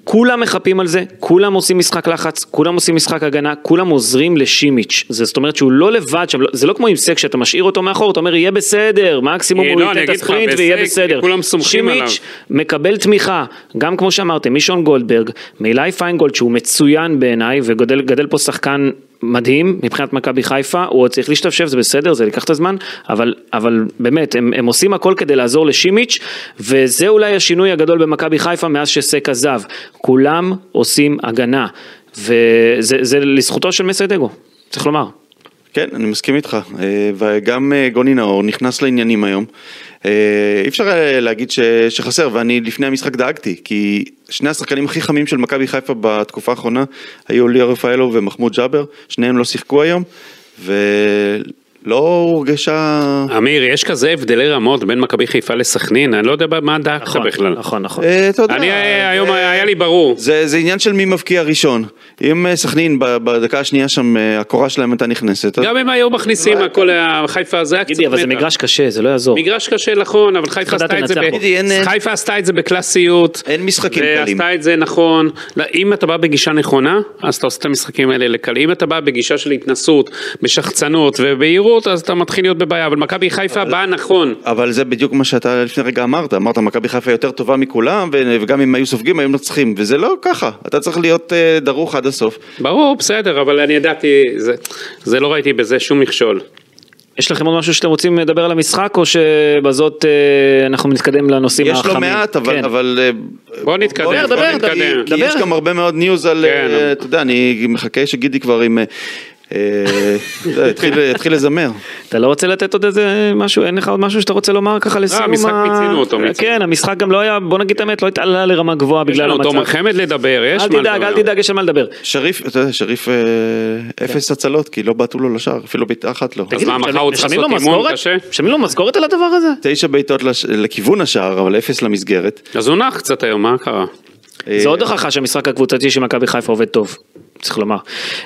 [SPEAKER 2] כולם מחפים על זה, כולם עושים משחק לחץ, כולם עושים משחק הגנה, כולם עוזרים לשימיץ', זה, זאת אומרת שהוא לא לבד שם, לא- זה לא כמו עם סק שאתה משאיר אותו מאחור, אתה אומר יהיה בסדר, מקסימום
[SPEAKER 4] אה,
[SPEAKER 2] הוא
[SPEAKER 4] לא,
[SPEAKER 2] ייתן
[SPEAKER 4] אני
[SPEAKER 2] את
[SPEAKER 4] אגיד לך,
[SPEAKER 2] הספרינט ויהיה
[SPEAKER 4] בסק,
[SPEAKER 2] בסדר,
[SPEAKER 4] כולם סומכים עליו.
[SPEAKER 2] שימיץ' מקבל תמיכה, גם כמו שאמרתם, משון גולדברג, מאילי פיינגולד שהוא מצוין בעיניי וגדל גדל פה שחקן מדהים מבחינת מכבי חיפה, הוא עוד צריך להשתפשף, זה בסדר, זה ייקח את הזמן, אבל, אבל באמת, הם, הם עושים הכל כדי לעזור לשימיץ' וזה אולי השינוי הגדול במכבי חיפה מאז שסק עזב, כולם עושים הגנה וזה זה לזכותו של מסיידגו, צריך לומר.
[SPEAKER 3] כן, אני מסכים איתך, אה, וגם אה, גוני נאור נכנס לעניינים היום. אה, אי אפשר אה, להגיד ש- שחסר, ואני לפני המשחק דאגתי, כי שני השחקנים הכי חמים של מכבי חיפה בתקופה האחרונה היו ליאור רפאלו ומחמוד ג'אבר, שניהם לא שיחקו היום, ולא הורגשה...
[SPEAKER 4] אמיר, יש כזה הבדלי רמות בין מכבי חיפה לסכנין, אני לא יודע מה דעת
[SPEAKER 2] נכון,
[SPEAKER 4] בכלל.
[SPEAKER 2] נכון, נכון.
[SPEAKER 3] אה, אתה יודע,
[SPEAKER 4] אני אה,
[SPEAKER 3] אה,
[SPEAKER 4] היום היה לי ברור.
[SPEAKER 3] זה, זה עניין של מי מבקיע ראשון. אם אה, סכנין ב- בדקה השנייה שם, אה, הקורה שלהם הייתה נכנסת, אז
[SPEAKER 4] גם אם היו מכניסים הכל, היה- חיפה זה היה קצת
[SPEAKER 2] גידי, אבל זה
[SPEAKER 4] מתח.
[SPEAKER 2] מגרש קשה, זה לא יעזור.
[SPEAKER 4] מגרש קשה נכון, אבל חיפה
[SPEAKER 2] צריך לדעת
[SPEAKER 4] עשתה את זה,
[SPEAKER 2] לנצח
[SPEAKER 4] ב-
[SPEAKER 2] פה.
[SPEAKER 3] גידי, אין-
[SPEAKER 4] חיפה עשתה את זה בקלאסיות.
[SPEAKER 3] אין משחקים קלים.
[SPEAKER 4] ועשתה את זה נכון. לא, אם אתה בא בגישה נכונה, אז אתה עושה את המשחקים האלה לקל. אם אתה בא בגישה של התנסות, בשחצנות ובהירות, אז אתה מתחיל להיות בבעיה. אבל מכבי חיפה באה נכון.
[SPEAKER 3] אבל זה בדיוק מה שאתה לפני רגע אמרת, אמרת מכבי חיפה יותר טובה מכולם, ו- וגם אם היו סופגים היו מנצחים, וזה לא ככה, אתה צריך להיות אה, דרוך עד הסוף.
[SPEAKER 4] ברור, בסדר, אבל אני ידעתי, זה- זה לא ראיתי בזה שום מכשול.
[SPEAKER 2] יש לכם עוד משהו שאתם רוצים לדבר על המשחק, או שבזאת אה, אנחנו נתקדם לנושאים
[SPEAKER 3] יש
[SPEAKER 2] החמים?
[SPEAKER 3] לא מעט, אבל...
[SPEAKER 2] כן.
[SPEAKER 3] אבל אה,
[SPEAKER 4] בוא נתקדם,
[SPEAKER 3] בוא
[SPEAKER 2] דבר,
[SPEAKER 3] נתקדם,
[SPEAKER 2] דבר,
[SPEAKER 3] כי-
[SPEAKER 2] דבר.
[SPEAKER 3] כי יש גם הרבה מאוד ניוז על, אה,
[SPEAKER 4] כן.
[SPEAKER 3] אתה יודע, אני מחכה שגידי כבר עם... אה, אה, אתה יודע, התחיל- התחיל לזמר.
[SPEAKER 2] אתה לא רוצה לתת עוד איזה משהו, אין לך עוד משהו שאתה רוצה לומר ככה לסיום?
[SPEAKER 4] אה, המשחק
[SPEAKER 2] ה-
[SPEAKER 4] מיצינו אותו, מיצינו.
[SPEAKER 2] כן, המשחק גם לא היה, בוא נגיד את האמת, לא התעלה לרמה גבוהה
[SPEAKER 4] יש
[SPEAKER 2] בגלל
[SPEAKER 4] לנו אותו
[SPEAKER 2] המצב.
[SPEAKER 4] מחמד לדבר, יש
[SPEAKER 2] אל
[SPEAKER 4] מה
[SPEAKER 2] תדאג,
[SPEAKER 4] לדבר.
[SPEAKER 2] אל תדאג, יש על מה לדבר.
[SPEAKER 3] שריף, אתה יודע, שריף
[SPEAKER 2] כן.
[SPEAKER 3] אה, אפס הצלות, כי לא בעטו לו לשער, אפילו בעיטה אחת לא.
[SPEAKER 4] אז מה,
[SPEAKER 2] משלמים-
[SPEAKER 4] מחר הוא צריך
[SPEAKER 2] משלמים לו
[SPEAKER 4] לעשות אימון
[SPEAKER 2] משכורת?
[SPEAKER 4] קשה?
[SPEAKER 2] משלמים לו משכורת על הדבר הזה?
[SPEAKER 3] תשע בעיטות לש- לכיוון השער, אבל אפס למסגרת.
[SPEAKER 4] אז הוא נח קצת היום, מה קרה?
[SPEAKER 3] אה,
[SPEAKER 2] זה עוד הוכחה שהמשחק הקבוצתי של מכבי חיפה עובד טוב, צריך לומר.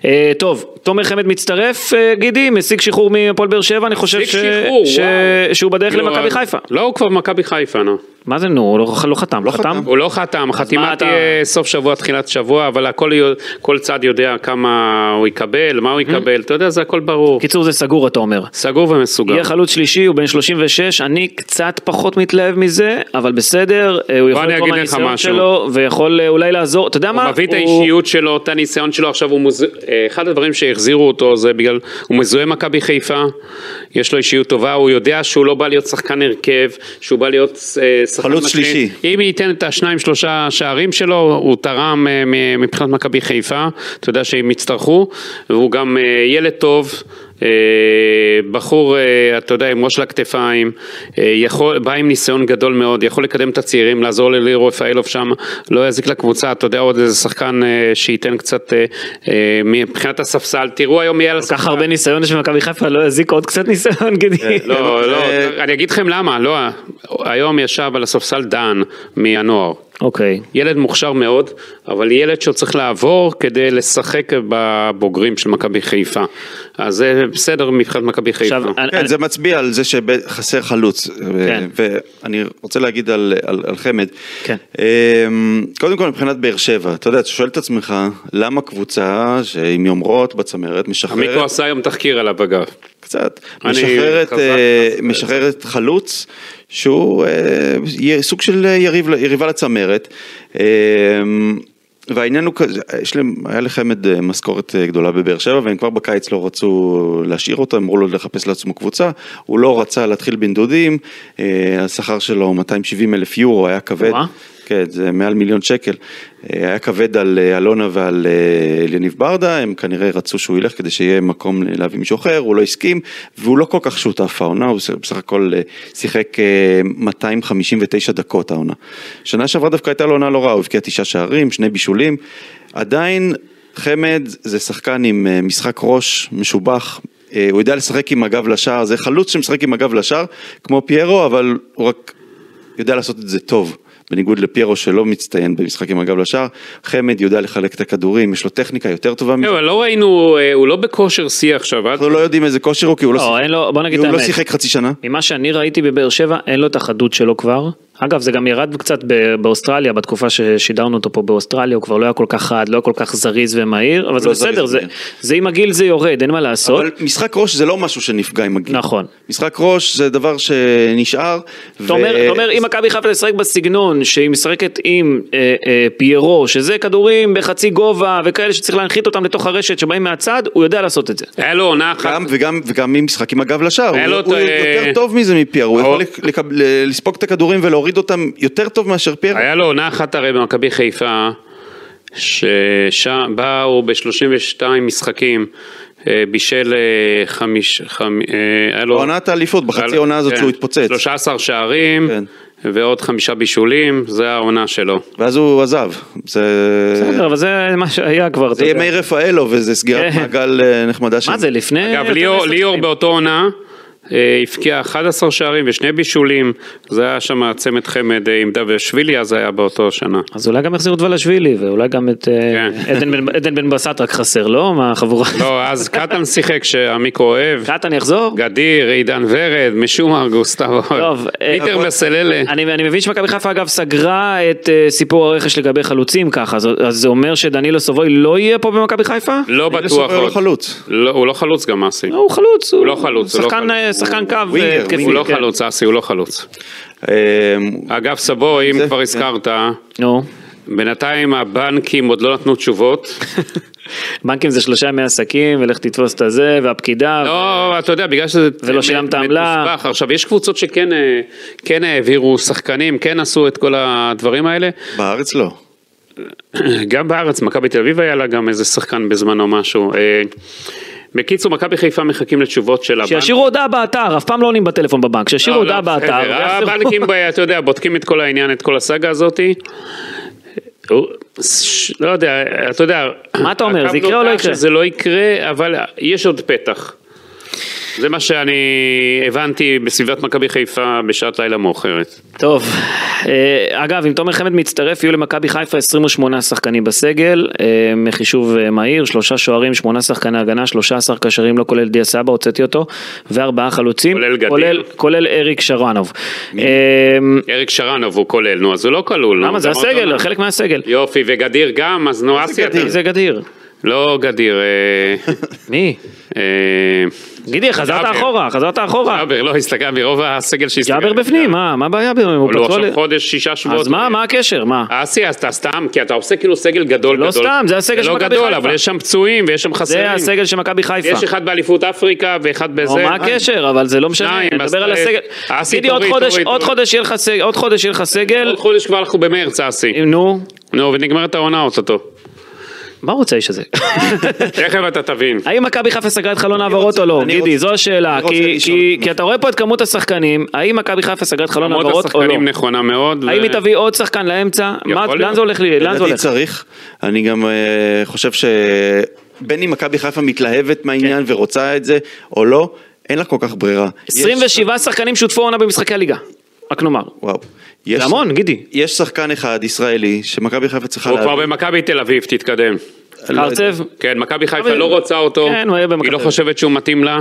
[SPEAKER 2] אה, טוב, תומר חמד מצטרף, אה, גידי, משיג שחרור מהפועל באר שבע, אני חושב
[SPEAKER 4] שיק
[SPEAKER 2] ש-
[SPEAKER 4] שחרור,
[SPEAKER 2] ש-
[SPEAKER 4] וואו.
[SPEAKER 2] שהוא בדרך
[SPEAKER 4] כאילו,
[SPEAKER 2] למכבי
[SPEAKER 4] אז-
[SPEAKER 2] חיפה.
[SPEAKER 4] לא, הוא כבר במכבי חיפה, נו.
[SPEAKER 2] מה זה נו, הוא לא לא חתם, חתם?
[SPEAKER 3] חתם.
[SPEAKER 4] הוא לא חתם,
[SPEAKER 2] מה
[SPEAKER 4] החתימה
[SPEAKER 2] אתה-
[SPEAKER 4] תהיה סוף שבוע, תחילת שבוע, אבל הכל יו- כל צד יודע כמה הוא יקבל, מה הוא
[SPEAKER 2] Hmm?
[SPEAKER 4] יקבל, אתה יודע, זה הכל ברור.
[SPEAKER 2] קיצור זה סגור אתה אומר.
[SPEAKER 4] סגור ומסוגר.
[SPEAKER 2] יהיה חלוץ שלישי, הוא בן 36, אני קצת פחות מתלהב מזה, אבל בסדר, אה, הוא יכול
[SPEAKER 4] אני
[SPEAKER 2] לתרום
[SPEAKER 4] אגיד לך
[SPEAKER 2] מהניסיון
[SPEAKER 4] משהו.
[SPEAKER 2] שלו, ויכול אה, אולי לעזור, אתה יודע
[SPEAKER 4] הוא
[SPEAKER 2] מה?
[SPEAKER 4] מביא את האישיות שלו, את הניסיון שלו, עכשיו הוא מוז... אה, אחד הדברים שהחזירו אותו זה בגלל, הוא מזוהה מכבי חיפה, יש לו אישיות טובה, הוא יודע שהוא לא בא להיות שחקן הרכב, שהוא בא להיות אה, שחקן...
[SPEAKER 3] חלוץ
[SPEAKER 4] משלים.
[SPEAKER 3] שלישי.
[SPEAKER 4] אם ייתן את השניים שלושה שערים שלו, הוא תרם אה, מ- מבחינת מכבי חיפה, אתה יודע שהם יצטרכו, והוא גם אה, ילד טוב. אה, בחור, אה, אתה יודע, עם ראש לכתפיים, אה, יכול, בא עם ניסיון גדול מאוד, יכול לקדם את הצעירים, לעזור ללירו רפאלוב שם, לא יזיק לקבוצה, אתה יודע, עוד איזה שחקן אה, שייתן קצת אה, אה, מבחינת הספסל, תראו היום יהיה על
[SPEAKER 2] כל כך
[SPEAKER 4] הספסל.
[SPEAKER 2] הרבה ניסיון יש במכבי חיפה, לא יזיק עוד קצת ניסיון, גידי.
[SPEAKER 4] לא, לא,
[SPEAKER 3] אה,
[SPEAKER 4] אני אגיד לכם למה, לא, היום ישב על הספסל דן מהנוער.
[SPEAKER 2] אוקיי.
[SPEAKER 4] ילד מוכשר מאוד, אבל ילד שעוד צריך לעבור כדי לשחק בבוגרים של מכבי חיפה. אז זה בסדר מבחינת מכבי חיפה.
[SPEAKER 2] עכשיו, אני-
[SPEAKER 3] כן,
[SPEAKER 2] אני-
[SPEAKER 3] זה מצביע על זה שחסר חלוץ.
[SPEAKER 2] כן.
[SPEAKER 3] ואני רוצה להגיד על, על, על חמד.
[SPEAKER 2] כן.
[SPEAKER 3] אמ, קודם כל מבחינת באר שבע, אתה יודע, אתה שואל את עצמך, למה קבוצה שעם יומרות בצמרת
[SPEAKER 4] עמיקו
[SPEAKER 3] משחררת,
[SPEAKER 4] עשה היום תחקיר עליו אגב.
[SPEAKER 3] קצת,
[SPEAKER 4] אני
[SPEAKER 3] משחררת,
[SPEAKER 4] חזק,
[SPEAKER 3] אה,
[SPEAKER 4] אז-
[SPEAKER 3] משחררת חלוץ שהוא אה, י- סוג של אה, יריב, ל- יריבה לצמרת. אמ, והעניין הוא כזה, אה, יש להם, היה לחמד אה, משכורת אה, גדולה בבאר שבע והם כבר בקיץ לא רצו להשאיר אותו, אמרו לו לחפש לעצמו קבוצה, הוא לא רצה להתחיל בנדודים, אה, השכר שלו 270 אלף יורו היה כבד,
[SPEAKER 2] וואה.
[SPEAKER 3] כן, זה מעל מיליון שקל, אה, היה כבד על אה, אלונה ועל אה, אליניב ברדה, הם כנראה רצו שהוא ילך כדי שיהיה מקום להביא מישהו אחר, הוא לא הסכים, והוא לא כל כך שותף העונה, הוא בסך הכל אה, שיחק אה, 259 דקות העונה. שנה שעברה דווקא הייתה לו עונה לא רעה, הוא הבקיע תשעה שערים, שני בישולים, עדיין חמד זה שחקן עם אה, משחק ראש משובח. אה, הוא יודע לשחק עם הגב לשער, זה חלוץ שמשחק עם הגב לשער, כמו פיירו, אבל הוא רק יודע לעשות את זה טוב, בניגוד לפיירו שלא מצטיין במשחק עם הגב לשער, חמד יודע לחלק את הכדורים, יש לו טכניקה יותר טובה מזה,
[SPEAKER 4] לא, אבל לא ראינו, אה, הוא לא בכושר שיא עכשיו, אל-
[SPEAKER 3] אנחנו לא יודעים איזה כושר הוא, כי הוא לא
[SPEAKER 2] לא,
[SPEAKER 3] שיחק-
[SPEAKER 2] אין לו, בוא
[SPEAKER 3] כי
[SPEAKER 2] נגיד את
[SPEAKER 3] הוא לא
[SPEAKER 2] האמת.
[SPEAKER 3] שיחק חצי שנה.
[SPEAKER 2] ממה שאני ראיתי בבאר שבע, אין לו את החדות שלו כבר. אגב, זה גם ירד קצת ב- באוסטרליה, בתקופה ששידרנו אותו פה באוסטרליה, הוא כבר לא היה כל כך חד, לא היה כל כך זריז ומהיר, אבל זה
[SPEAKER 3] לא זריז
[SPEAKER 2] בסדר, זה-
[SPEAKER 3] ומהיר.
[SPEAKER 2] זה עם הגיל זה יורד, אין מה לעשות.
[SPEAKER 3] אבל משחק ראש זה לא משהו שנפגע עם הגיל.
[SPEAKER 2] נכון.
[SPEAKER 3] משחק ראש זה דבר שנשאר. ו-
[SPEAKER 2] אתה אומר, אתה אומר, אם מכבי חיפה תשחק בסגנון שהיא משחקת עם אה, אה, פיירו, שזה כדורים בחצי גובה וכאלה שצריך להנחית אותם לתוך הרשת שבאים מהצד, הוא יודע לעשות את זה.
[SPEAKER 4] היה לו עונה אחת.
[SPEAKER 3] גם, וגם, וגם עם משחק עם הגב לשער,
[SPEAKER 4] היה
[SPEAKER 3] הוא,
[SPEAKER 4] לו
[SPEAKER 3] הוא
[SPEAKER 4] את, אה,
[SPEAKER 3] יותר טוב מזה מפייר, הוא
[SPEAKER 4] או-
[SPEAKER 3] יכול לק- לקב- ל- לספוג את הכדורים ולהוריד אותם יותר טוב מאשר פייר.
[SPEAKER 4] היה לו עונה אחת הרי במכבי חיפה, שבאו ב-32 משחקים, אה, בישל אה, חמיש... חמ- אה, היה לו-
[SPEAKER 3] בעונת האליפות, בחצי העונה הזאת
[SPEAKER 4] כן,
[SPEAKER 3] שהוא התפוצץ,
[SPEAKER 4] 13 שערים.
[SPEAKER 3] כן. אה,
[SPEAKER 4] ועוד חמישה בישולים, זה העונה שלו.
[SPEAKER 3] ואז הוא עזב. זה...
[SPEAKER 2] בסדר, אבל זה מה שהיה כבר, אתה
[SPEAKER 3] זה יהיה
[SPEAKER 2] יודע.
[SPEAKER 3] מאיר רפאלו וזה סגירת
[SPEAKER 2] כן.
[SPEAKER 3] מעגל אה, נחמדה שם.
[SPEAKER 2] מה זה, לפני...
[SPEAKER 4] אגב,
[SPEAKER 2] יותר
[SPEAKER 4] ליאור,
[SPEAKER 2] מעשר
[SPEAKER 4] ליאור
[SPEAKER 2] שנים.
[SPEAKER 4] באותו עונה אה, הבקיע 11 שערים ושני בישולים, זה היה שם צמד חמד אה, עם דווישווילי, אז היה באותו שנה.
[SPEAKER 2] אז אולי גם יחזירו את ולשווילי, ואולי גם את אה,
[SPEAKER 4] כן.
[SPEAKER 2] עדן בן- עדן בן בסט רק חסר, לא? מה החבורה?
[SPEAKER 4] לא, אז קטן שיחק שעמיקו אוהב,
[SPEAKER 2] קטן יחזור?
[SPEAKER 4] גדיר, עידן ורד, משומר, גוסטבו,
[SPEAKER 2] טוב, אה,
[SPEAKER 4] פיטר
[SPEAKER 2] אבל-
[SPEAKER 4] מסללה.
[SPEAKER 2] אני, אני מבין שמכבי חיפה אגב סגרה את uh, סיפור הרכש לגבי חלוצים ככה, אז, אז זה אומר שדנילו סבוי לא יהיה פה במכבי חיפה?
[SPEAKER 4] לא
[SPEAKER 3] אני
[SPEAKER 4] בטוח
[SPEAKER 3] לא
[SPEAKER 4] עוד.
[SPEAKER 3] חלוץ.
[SPEAKER 4] לא, הוא לא חלוץ גם אסי.
[SPEAKER 2] לא, הוא חלוץ, הוא,
[SPEAKER 4] לא חלוץ, הוא לא
[SPEAKER 2] שחקן,
[SPEAKER 4] חלוץ.
[SPEAKER 2] אה, שחקן קו אה,
[SPEAKER 3] ווינגר,
[SPEAKER 2] התקפי,
[SPEAKER 4] הוא לא
[SPEAKER 2] כן.
[SPEAKER 4] חלוץ אסי, הוא לא חלוץ.
[SPEAKER 3] אה,
[SPEAKER 4] אגב סבו, אם
[SPEAKER 3] זה- כן.
[SPEAKER 4] כבר הזכרת,
[SPEAKER 2] נו,
[SPEAKER 4] בינתיים הבנקים עוד לא נתנו תשובות.
[SPEAKER 2] בנקים זה שלושה ימי עסקים, ולך תתפוס את הזה, והפקידה,
[SPEAKER 4] לא, אתה יודע, בגלל שזה...
[SPEAKER 2] ולא שילמת עמלה.
[SPEAKER 4] מתוסבך. עכשיו, יש קבוצות שכן אה, כן העבירו שחקנים, כן עשו את כל הדברים האלה.
[SPEAKER 3] בארץ לא.
[SPEAKER 4] גם בארץ, מכבי תל אביב היה לה גם איזה שחקן בזמנו משהו. אה, בקיצור, מכבי חיפה מחכים לתשובות של הבנק.
[SPEAKER 2] שישאירו הודעה באתר, אף פעם לא עונים בטלפון בבנק, שישאירו
[SPEAKER 4] לא,
[SPEAKER 2] הודעה
[SPEAKER 4] לא,
[SPEAKER 2] באתר.
[SPEAKER 4] בסדר.
[SPEAKER 2] ויחזרו.
[SPEAKER 4] הבנקים, ב- אתה יודע, בודקים את כל העניין, את כל הסאגה הזאתי. הוא- ש- לא יודע, אתה יודע.
[SPEAKER 2] מה אתה אומר, זה
[SPEAKER 4] עקבנו
[SPEAKER 2] יקרה או לא
[SPEAKER 4] כך
[SPEAKER 2] יקרה?
[SPEAKER 4] שזה לא יקרה, אבל יש עוד פתח. זה מה שאני הבנתי בסביבת מכבי חיפה בשעת לילה מאוחרת.
[SPEAKER 2] טוב, אה, אגב, אם תומר חמד מצטרף, יהיו למכבי חיפה 28 שחקנים בסגל, אה, מחישוב אה, מהיר, שלושה שוערים, שמונה שחקני הגנה, 13 קשרים, לא כולל דיה סבא, הוצאתי אותו, וארבעה חלוצים,
[SPEAKER 4] כולל גדיר.
[SPEAKER 2] כולל אריק שרנוב. אה,
[SPEAKER 4] אריק שרנוב הוא כולל, נו, אז הוא לא כלול. נו,
[SPEAKER 2] למה? זה
[SPEAKER 4] אמרת
[SPEAKER 2] הסגל,
[SPEAKER 4] לו.
[SPEAKER 2] חלק מהסגל.
[SPEAKER 4] יופי, וגדיר גם, אז נו, אסי אתה.
[SPEAKER 2] זה גדיר.
[SPEAKER 4] לא גדיר, אה,
[SPEAKER 2] מי?
[SPEAKER 4] אה,
[SPEAKER 2] גידי, חזרת
[SPEAKER 4] ג'אבר.
[SPEAKER 2] אחורה, חזרת אחורה.
[SPEAKER 4] ג'אבר, לא, הסתכל, מרוב הסגל שהסתכל.
[SPEAKER 2] ג'אבר בפנים, מה מה הבעיה? הוא
[SPEAKER 4] לא,
[SPEAKER 2] פצוע ל-
[SPEAKER 4] כן. עכשיו חודש, אה, שישה שבועות.
[SPEAKER 2] אז מה, מה הקשר? מה?
[SPEAKER 4] אסי, אז אתה סתם, כי אתה עושה כאילו סגל גדול
[SPEAKER 2] לא
[SPEAKER 4] גדול.
[SPEAKER 2] סתם, זה הסגל של מכבי
[SPEAKER 4] לא גדול,
[SPEAKER 2] חיפה.
[SPEAKER 4] אבל יש שם פצועים ויש שם חסרים.
[SPEAKER 2] זה הסגל של מכבי חיפה.
[SPEAKER 4] יש אחד באליפות אפריקה ואחד
[SPEAKER 2] או
[SPEAKER 4] בזה.
[SPEAKER 2] מה הקשר, אבל זה לא משנה,
[SPEAKER 4] אה, שניים, אז
[SPEAKER 2] נדבר על
[SPEAKER 4] אה,
[SPEAKER 2] הסגל.
[SPEAKER 4] אסי,
[SPEAKER 2] גידי, עוד
[SPEAKER 4] תוריד,
[SPEAKER 2] חודש-
[SPEAKER 4] תוריד,
[SPEAKER 2] עוד
[SPEAKER 4] תוריד.
[SPEAKER 2] חודש יהיה לך סגל, עוד חודש יהיה לך סגל,
[SPEAKER 4] עוד חודש כבר אנחנו במרץ, אסי.
[SPEAKER 2] נו,
[SPEAKER 4] נו, ונגמרת העונה אוטוטו.
[SPEAKER 2] מה רוצה האיש הזה?
[SPEAKER 4] תכף אתה תבין.
[SPEAKER 2] האם מכבי חיפה סגרה את חלון העברות
[SPEAKER 3] רוצה-
[SPEAKER 2] או לא?
[SPEAKER 3] אני
[SPEAKER 2] גידי,
[SPEAKER 3] רוצה-
[SPEAKER 2] זו השאלה,
[SPEAKER 3] אני רוצה
[SPEAKER 2] כי-
[SPEAKER 3] לשאול.
[SPEAKER 2] כי- כי אתה רואה פה את כמות השחקנים, האם מכבי חיפה סגרה את חלון
[SPEAKER 4] כמות
[SPEAKER 2] העברות או לא?
[SPEAKER 4] השחקנים נכונה מאוד.
[SPEAKER 2] האם
[SPEAKER 4] ו-
[SPEAKER 2] היא תביא עוד שחקן לאמצע? מה-
[SPEAKER 4] יכול
[SPEAKER 2] לאן
[SPEAKER 4] להיות.
[SPEAKER 2] זה הולך? לי? לאן זה
[SPEAKER 3] לדעתי
[SPEAKER 2] הולך?
[SPEAKER 3] צריך. אני גם אה, חושב שבין אם מכבי חיפה מתלהבת מהעניין
[SPEAKER 2] כן.
[SPEAKER 3] ורוצה את זה או לא, אין לה כל כך ברירה. יש-
[SPEAKER 2] 27 שחקנים שותפו העונה במשחקי הליגה, רק נאמר.
[SPEAKER 3] וואו. יש-
[SPEAKER 2] זה המון, גידי.
[SPEAKER 3] יש שחקן אחד ישראלי שמכבי חיפה צריכה
[SPEAKER 4] הוא כבר
[SPEAKER 3] להביא.
[SPEAKER 4] במכבי תל אביב, תתקדם.
[SPEAKER 3] לא
[SPEAKER 2] הרצב?
[SPEAKER 4] כן, מכבי חיפה
[SPEAKER 2] אבל-
[SPEAKER 4] לא רוצה אותו,
[SPEAKER 2] כן, הוא היה במכבי
[SPEAKER 4] היא לא
[SPEAKER 2] תל אביב.
[SPEAKER 4] חושבת שהוא מתאים לה,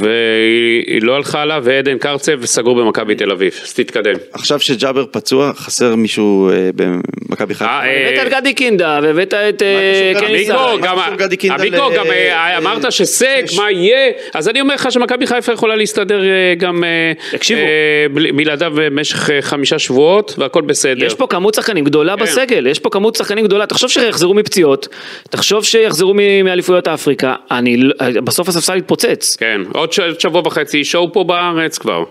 [SPEAKER 4] והיא היא לא הלכה עליו, ועדן קרצב סגור במכבי תל אביב, אז תתקדם.
[SPEAKER 3] עכשיו שג'אבר פצוע, חסר מישהו אה, במכבי חיפה.
[SPEAKER 4] אה, אה,
[SPEAKER 2] הבאת את גדי קינדה, והבאת את אה,
[SPEAKER 3] מה קשור
[SPEAKER 2] קני
[SPEAKER 3] גדי?
[SPEAKER 2] סער.
[SPEAKER 4] המיקרו,
[SPEAKER 3] מה
[SPEAKER 4] גם,
[SPEAKER 3] קשור גדי קינדה
[SPEAKER 4] המיקרו,
[SPEAKER 3] ל-
[SPEAKER 4] גם אה,
[SPEAKER 3] אה,
[SPEAKER 4] אמרת שסק,
[SPEAKER 3] שש?
[SPEAKER 4] מה יהיה? אז אני אומר לך שמכבי חיפה יכולה להסתדר אה, גם אה,
[SPEAKER 2] תקשיבו.
[SPEAKER 4] אה, בלי- בלעדיו במשך אה, חמישה שבועות, והכל בסדר.
[SPEAKER 2] יש פה כמות שחקנים גדולה בסגל, יש פה כמות שחקנים גדולה, תחשוב שיחזרו מפציעות, תחשוב שיחזרו מ- מאליפויות אפריקה, אני, לא- בסוף הספסל יתפוצץ.
[SPEAKER 4] כן, עוד ש- עוד שבוע וחצי, שואו פה בארץ כבר.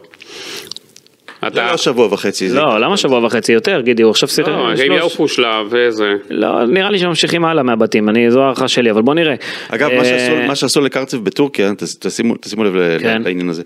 [SPEAKER 3] זה
[SPEAKER 4] אתה...
[SPEAKER 3] לא שבוע וחצי. זה-
[SPEAKER 2] לא, למה שבוע וחצי יותר, גידי, הוא עכשיו שיחק.
[SPEAKER 4] לא,
[SPEAKER 2] יש
[SPEAKER 4] הם
[SPEAKER 2] לו-
[SPEAKER 4] יעופו שלב וזה.
[SPEAKER 2] לא, נראה לי שממשיכים הלאה מהבתים, אני, זו הערכה שלי, אבל בוא נראה.
[SPEAKER 3] אגב, מה
[SPEAKER 2] אה,
[SPEAKER 3] שעשו- מה שעשו לקרצב בטורקיה, ת- תשימו תשימו לב ל-
[SPEAKER 2] כן.
[SPEAKER 3] לעניין הזה.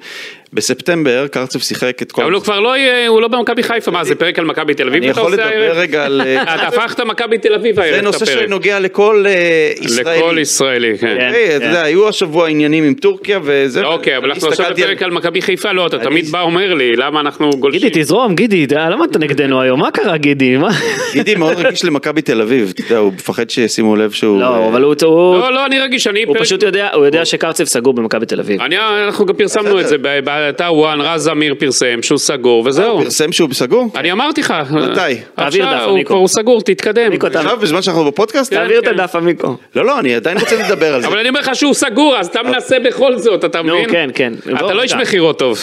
[SPEAKER 3] בספטמבר קרצב שיחק את כל...
[SPEAKER 4] אבל הוא כבר לא יהיה, הוא לא במכבי חיפה, מה זה פרק על מכבי תל אביב?
[SPEAKER 3] אני
[SPEAKER 4] אתה
[SPEAKER 3] יכול
[SPEAKER 4] עושה הערב?
[SPEAKER 3] לדבר רגע על... אה,
[SPEAKER 4] אתה הפכת מכבי תל אביב הערב
[SPEAKER 3] זה
[SPEAKER 4] את הפרק.
[SPEAKER 3] נושא שנוגע לכל אה, ישראלי.
[SPEAKER 4] לכל ישראלי, כן.
[SPEAKER 2] כן.
[SPEAKER 3] היי, אתה יודע, היו השבוע עניינים עם טורקיה וזה.
[SPEAKER 4] אוקיי, אבל
[SPEAKER 3] אני
[SPEAKER 4] אנחנו עכשיו
[SPEAKER 3] הסתכלתי
[SPEAKER 4] בפרק על מכבי חיפה, לא, אתה תמיד בא אומר לי, למה אנחנו גולשים.
[SPEAKER 2] גידי, תזרום, גידי, אתה- למה אתה נגדנו היום? מה קרה, גידי? מה?
[SPEAKER 3] גידי מאוד רגיש למכבי תל אביב, אתה יודע, הוא מפחד שישימו לב שהוא...
[SPEAKER 2] לא,
[SPEAKER 3] אה,
[SPEAKER 2] אבל הוא- הוא
[SPEAKER 4] לא, לא, אני רגיש, אני
[SPEAKER 2] הוא
[SPEAKER 4] פרק...
[SPEAKER 2] פשוט יודע, הוא יודע שקרצב סגור במכבי תל אביב.
[SPEAKER 4] אני, אנחנו גם פרסמנו את זה, ב- באתר וואן, רז אמיר פרסם, שהוא סגור, וזהו.
[SPEAKER 3] הוא פרסם שהוא סגור?
[SPEAKER 4] אני אמרתי לך. אה,
[SPEAKER 3] מתי?
[SPEAKER 2] אה, תעביר
[SPEAKER 4] עכשיו,
[SPEAKER 2] דף,
[SPEAKER 4] הוא
[SPEAKER 2] מיקו.
[SPEAKER 4] כבר הוא סגור, תתקדם.
[SPEAKER 2] מיקו, תעביר-
[SPEAKER 3] עכשיו, בזמן שאנחנו בפודקאסט?
[SPEAKER 2] תעביר את
[SPEAKER 4] לא. כן.
[SPEAKER 2] הדף המיקרו.
[SPEAKER 3] לא, לא, אני עדיין רוצה לדבר על זה.
[SPEAKER 4] אבל אני אומר לך שהוא סגור, אז אתה מנסה בכל זאת, אתה
[SPEAKER 2] אה. נו,
[SPEAKER 4] מבין?
[SPEAKER 2] כן, כן. בוא,
[SPEAKER 4] אתה לא איש
[SPEAKER 2] בבקשה.
[SPEAKER 4] מכירות טוב.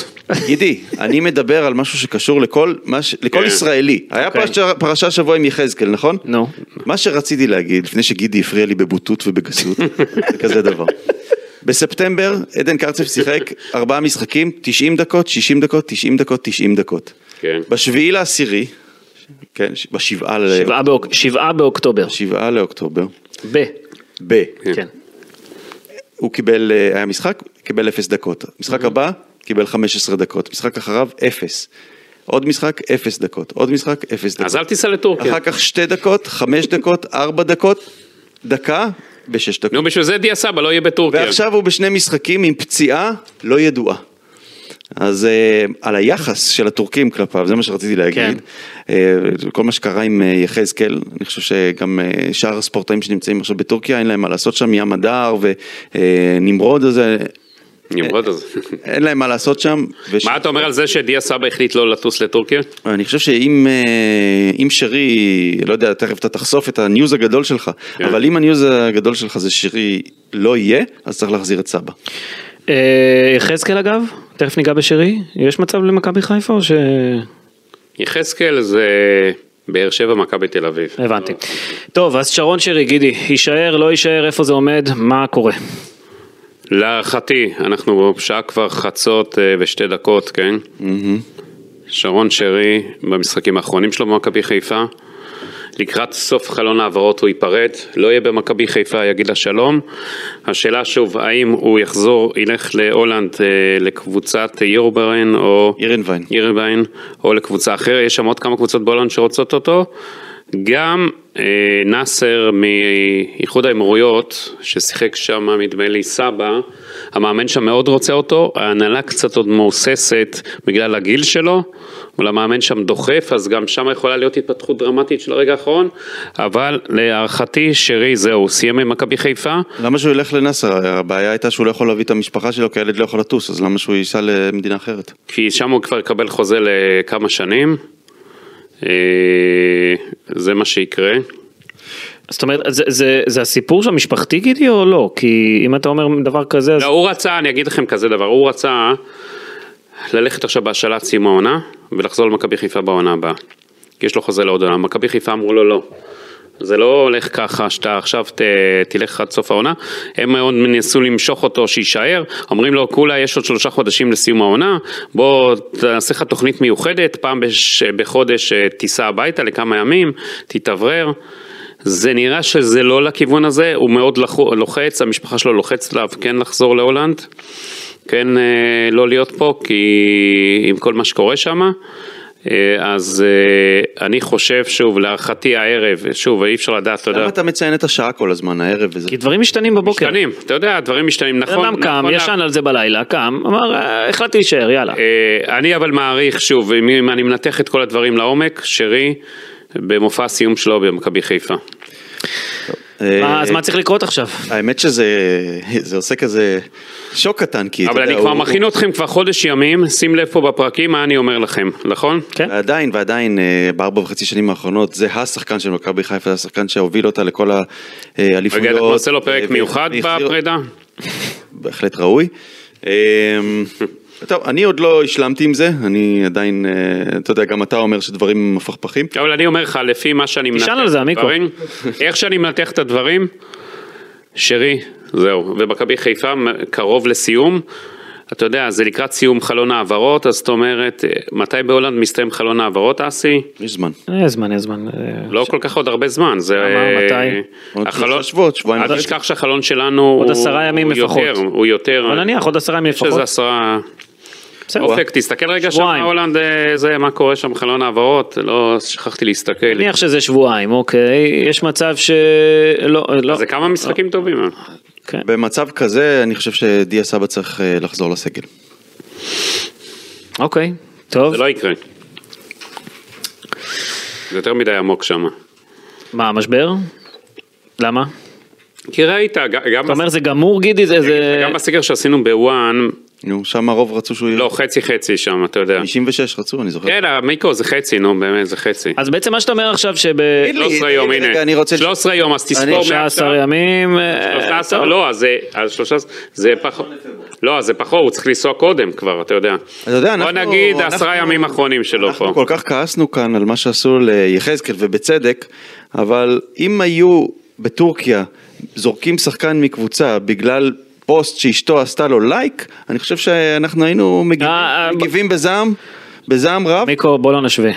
[SPEAKER 3] גידי, אני מדבר על משהו שקשור לכל מה ש- לכל
[SPEAKER 4] כן.
[SPEAKER 3] ישראלי. היה
[SPEAKER 2] אוקיי.
[SPEAKER 3] פרשה- פרשה שבוע עם יחזקאל, נכון?
[SPEAKER 2] נו.
[SPEAKER 3] מה שרציתי להגיד, לפני שגידי הפריע לי בבוטות ובגסות, זה כזה דבר. בספטמבר עדן קרצב שיחק ארבעה משחקים, 90 דקות, 60 דקות, 90 דקות, 90 דקות.
[SPEAKER 4] כן.
[SPEAKER 3] בשביעי לעשירי, כן, ש- בשבעה ל-
[SPEAKER 2] שבעה אה, באוק- שבעה באוקטובר.
[SPEAKER 3] שבעה לאוקטובר,
[SPEAKER 2] ב.
[SPEAKER 3] ב.
[SPEAKER 2] כן.
[SPEAKER 3] הוא קיבל, אה, היה משחק, קיבל 0 דקות.
[SPEAKER 4] אוקיי.
[SPEAKER 3] משחק הבא, קיבל 15 דקות. משחק אחריו, 0. עוד משחק, 0 דקות. עוד משחק, 0 דקות.
[SPEAKER 4] אז אל כן. תיסע לטורקיה.
[SPEAKER 3] אחר כך 2 דקות, 5 דקות, 4 דקות, דקה ו-6 דקות.
[SPEAKER 4] נו, בשביל זה דיה סבא לא יהיה בטורקיה.
[SPEAKER 3] ועכשיו הוא בשני משחקים עם פציעה לא ידועה. אז uh, על היחס של הטורקים כלפיו, זה מה שרציתי להגיד. כן. Uh, כל מה שקרה עם אה, יחזקאל, אני חושב שגם uh, שאר הספורטאים שנמצאים עכשיו בטורקיה, אין להם מה לעשות שם, ים הדר ונמרוד הזה,
[SPEAKER 4] נמרוד אז.
[SPEAKER 3] אין להם מה לעשות שם. וש...
[SPEAKER 4] מה אתה אומר על זה שדיה סבא החליט לא לטוס לטורקיה?
[SPEAKER 3] אני חושב שאם אה, אם שרי, לא יודע, תכף אתה תחשוף את הניוז הגדול שלך,
[SPEAKER 4] כן.
[SPEAKER 3] אבל אם הניוז הגדול שלך זה שרי לא יהיה, אז צריך להחזיר את סבא.
[SPEAKER 2] אה, יחזקאל אגב, תכף ניגע בשרי, יש מצב למכבי חיפה או ש...
[SPEAKER 4] יחזקאל זה באר שבע, מכבי תל אביב.
[SPEAKER 2] הבנתי. טוב, אז שרון שרי, גידי, יישאר, לא יישאר, איפה זה עומד, מה קורה?
[SPEAKER 4] להערכתי, אנחנו שעה כבר חצות אה, ושתי דקות, כן? שרון שרי, במשחקים האחרונים שלו במכבי חיפה, לקראת סוף חלון העברות הוא ייפרד, לא יהיה במכבי חיפה, יגיד לה שלום. השאלה שוב, האם הוא יחזור, ילך להולנד, אה, לקבוצת יורברן או...
[SPEAKER 3] אירנביין.
[SPEAKER 4] אירנביין, או לקבוצה אחרת, יש שם עוד כמה קבוצות בהולנד שרוצות אותו. גם אה, נאסר מאיחוד האמירויות, ששיחק שם נדמה לי סבא, המאמן שם מאוד רוצה אותו, ההנהלה קצת עוד מהוססת בגלל הגיל שלו, אבל המאמן שם דוחף, אז גם שם יכולה להיות התפתחות דרמטית של הרגע האחרון, אבל להערכתי שרי זהו, סיים עם מכבי חיפה,
[SPEAKER 3] למה שהוא ילך לנאסר? הבעיה הייתה שהוא לא יכול להביא את המשפחה שלו, כי הילד לא יכול לטוס, אז למה שהוא ייסע למדינה אחרת?
[SPEAKER 4] כי שם הוא כבר יקבל חוזה לכמה שנים, אה, זה מה שיקרה.
[SPEAKER 2] זאת אומרת, זה, זה, זה הסיפור של המשפחתי גידי או לא? כי אם אתה אומר דבר כזה, אז...
[SPEAKER 4] לא, הוא רצה, אני אגיד לכם כזה דבר, הוא רצה ללכת עכשיו בהשאלת סיום העונה ולחזור למכבי חיפה בעונה הבאה. כי יש לו חוזה לעוד עונה, מכבי חיפה אמרו לו לא. זה לא הולך ככה שאתה עכשיו ת, תלך עד סוף העונה, הם מאוד ניסו למשוך אותו שיישאר, אומרים לו כולה יש עוד שלושה חודשים לסיום העונה, בוא תעשה לך תוכנית מיוחדת, פעם בש, בחודש אה, תיסע הביתה לכמה ימים, תתאוורר. זה נראה שזה לא לכיוון הזה, הוא מאוד לחו- לוחץ, המשפחה שלו לוחצת עליו כן לחזור להולנד, כן אה, לא להיות פה, כי עם כל מה שקורה שם. אז אה, אני חושב, שוב, להערכתי הערב, שוב, אי אפשר לדעת, אתה יודע.
[SPEAKER 3] למה אתה מציין את השעה כל הזמן, הערב וזה?
[SPEAKER 2] כי דברים משתנים בבוקר.
[SPEAKER 4] משתנים, אתה יודע, הדברים משתנים,
[SPEAKER 2] בן
[SPEAKER 4] נכון.
[SPEAKER 2] אדם קם,
[SPEAKER 4] נכון,
[SPEAKER 2] ישן על זה בלילה, קם, אמר, "אה, החלטתי להישאר, יאללה.
[SPEAKER 4] אה, אני אבל מעריך, שוב, אם- אם אני מנתח את כל הדברים לעומק, שרי, במופע הסיום שלו במכבי חיפה.
[SPEAKER 2] מה-
[SPEAKER 3] אה,
[SPEAKER 2] אז מה צריך לקרות עכשיו?
[SPEAKER 3] האמת שזה זה עושה כזה שוק קטן, כי... אתה
[SPEAKER 4] אבל
[SPEAKER 3] יודע,
[SPEAKER 4] אני כבר
[SPEAKER 3] הוא-
[SPEAKER 4] מכין אתכם כבר חודש ימים, שים לב פה בפרקים מה אני אומר לכם, נכון?
[SPEAKER 2] כן.
[SPEAKER 3] ועדיין, ועדיין, אה, בארבע וחצי שנים האחרונות, זה השחקן של מכבי חיפה, זה השחקן שהוביל אותה לכל האליפויות.
[SPEAKER 4] רגע, אנחנו נעשה לו פרק
[SPEAKER 3] אה,
[SPEAKER 4] מיוחד
[SPEAKER 3] והחזיר-
[SPEAKER 4] בפרידה?
[SPEAKER 3] בהחלט ראוי. אמ, טוב, אני עוד לא השלמתי עם זה, אני עדיין, אה, אתה יודע, גם אתה אומר שדברים מפכפכים.
[SPEAKER 4] אבל אני אומר לך, לפי מה שאני מנתח
[SPEAKER 2] תשאל על
[SPEAKER 4] את
[SPEAKER 2] זה, עמיקו.
[SPEAKER 4] הדברים, איך שאני מנתח את הדברים, שרי, זהו, ומכבי חיפה מ- קרוב לסיום. אתה יודע, זה לקראת סיום חלון העברות, אז זאת אומרת, אה, מתי בהולנד מסתיים חלון העברות, אסי?
[SPEAKER 3] יש זמן.
[SPEAKER 2] אה, זמן, אה, זמן. אה,
[SPEAKER 4] לא כל כך עוד הרבה זמן, זה...
[SPEAKER 2] כמה, מתי?
[SPEAKER 4] אה,
[SPEAKER 3] עוד
[SPEAKER 4] החלון-
[SPEAKER 3] שלושה שבועות, לא שבועיים
[SPEAKER 4] אל
[SPEAKER 3] וחצי.
[SPEAKER 4] תשכח שהחלון שלנו הוא...
[SPEAKER 2] עשרה ימים
[SPEAKER 4] הוא
[SPEAKER 2] לפחות.
[SPEAKER 4] יותר, הוא יותר...
[SPEAKER 2] אבל נניח עוד עשרה ימים
[SPEAKER 4] יש איזה אוקיי.
[SPEAKER 2] לפחות.
[SPEAKER 4] עשרה...
[SPEAKER 2] בסדר.
[SPEAKER 4] אופק, תסתכל רגע שם
[SPEAKER 2] שבועיים.
[SPEAKER 4] בהולנד, אה, זה, מה קורה שם, חלון העברות, לא שכחתי להסתכל.
[SPEAKER 2] נניח שזה שבועיים, אוקיי, יש מצב ש... לא, אה, לא.
[SPEAKER 4] זה כמה משחקים טובים. אה.
[SPEAKER 2] כן.
[SPEAKER 3] במצב כזה, אני חושב שדיה סבא צריך אה, לחזור לסגל.
[SPEAKER 2] אוקיי, טוב.
[SPEAKER 4] זה לא יקרה. זה יותר מדי עמוק שם.
[SPEAKER 2] מה, משבר? למה?
[SPEAKER 4] כי ראית, ג- גם
[SPEAKER 2] אתה אומר זה גמור גידי? זה... זה-
[SPEAKER 4] גם בסקר שעשינו בוואן,
[SPEAKER 3] נו, שם הרוב רצו שהוא יהיה...
[SPEAKER 4] לא, חצי חצי שם, אתה יודע.
[SPEAKER 3] 96 רצו, אני זוכר.
[SPEAKER 4] כן, מיקו זה חצי, נו באמת, זה חצי.
[SPEAKER 2] אז בעצם מה שאתה אומר עכשיו שב...
[SPEAKER 3] לי,
[SPEAKER 4] 13
[SPEAKER 3] תגיד
[SPEAKER 4] יום,
[SPEAKER 3] לי, רגע, אני
[SPEAKER 4] הנה.
[SPEAKER 3] רוצה-
[SPEAKER 4] 13 יום, אז תספור מעכשיו.
[SPEAKER 2] 13 ימים... אה,
[SPEAKER 4] 13,
[SPEAKER 2] טוב.
[SPEAKER 4] לא, אז זה- אז 13, זה פחות, לא, אז זה פחות, הוא צריך לנסוע קודם כבר, אתה יודע.
[SPEAKER 3] אתה יודע, אנחנו...
[SPEAKER 4] בוא נגיד עשרה
[SPEAKER 3] אנחנו-
[SPEAKER 4] ימים אחרונים שלו פה.
[SPEAKER 3] אנחנו כל כך כעסנו כאן על מה שעשו ליחזקאל, ובצדק, אבל אם היו בטורקיה זורקים שחקן מקבוצה בגלל פוסט שאשתו עשתה לו לייק, אני חושב שאנחנו היינו מגיב-
[SPEAKER 2] אה, אה,
[SPEAKER 3] מגיבים בזעם, בזעם רב.
[SPEAKER 2] מיקו, בוא לא נשווה.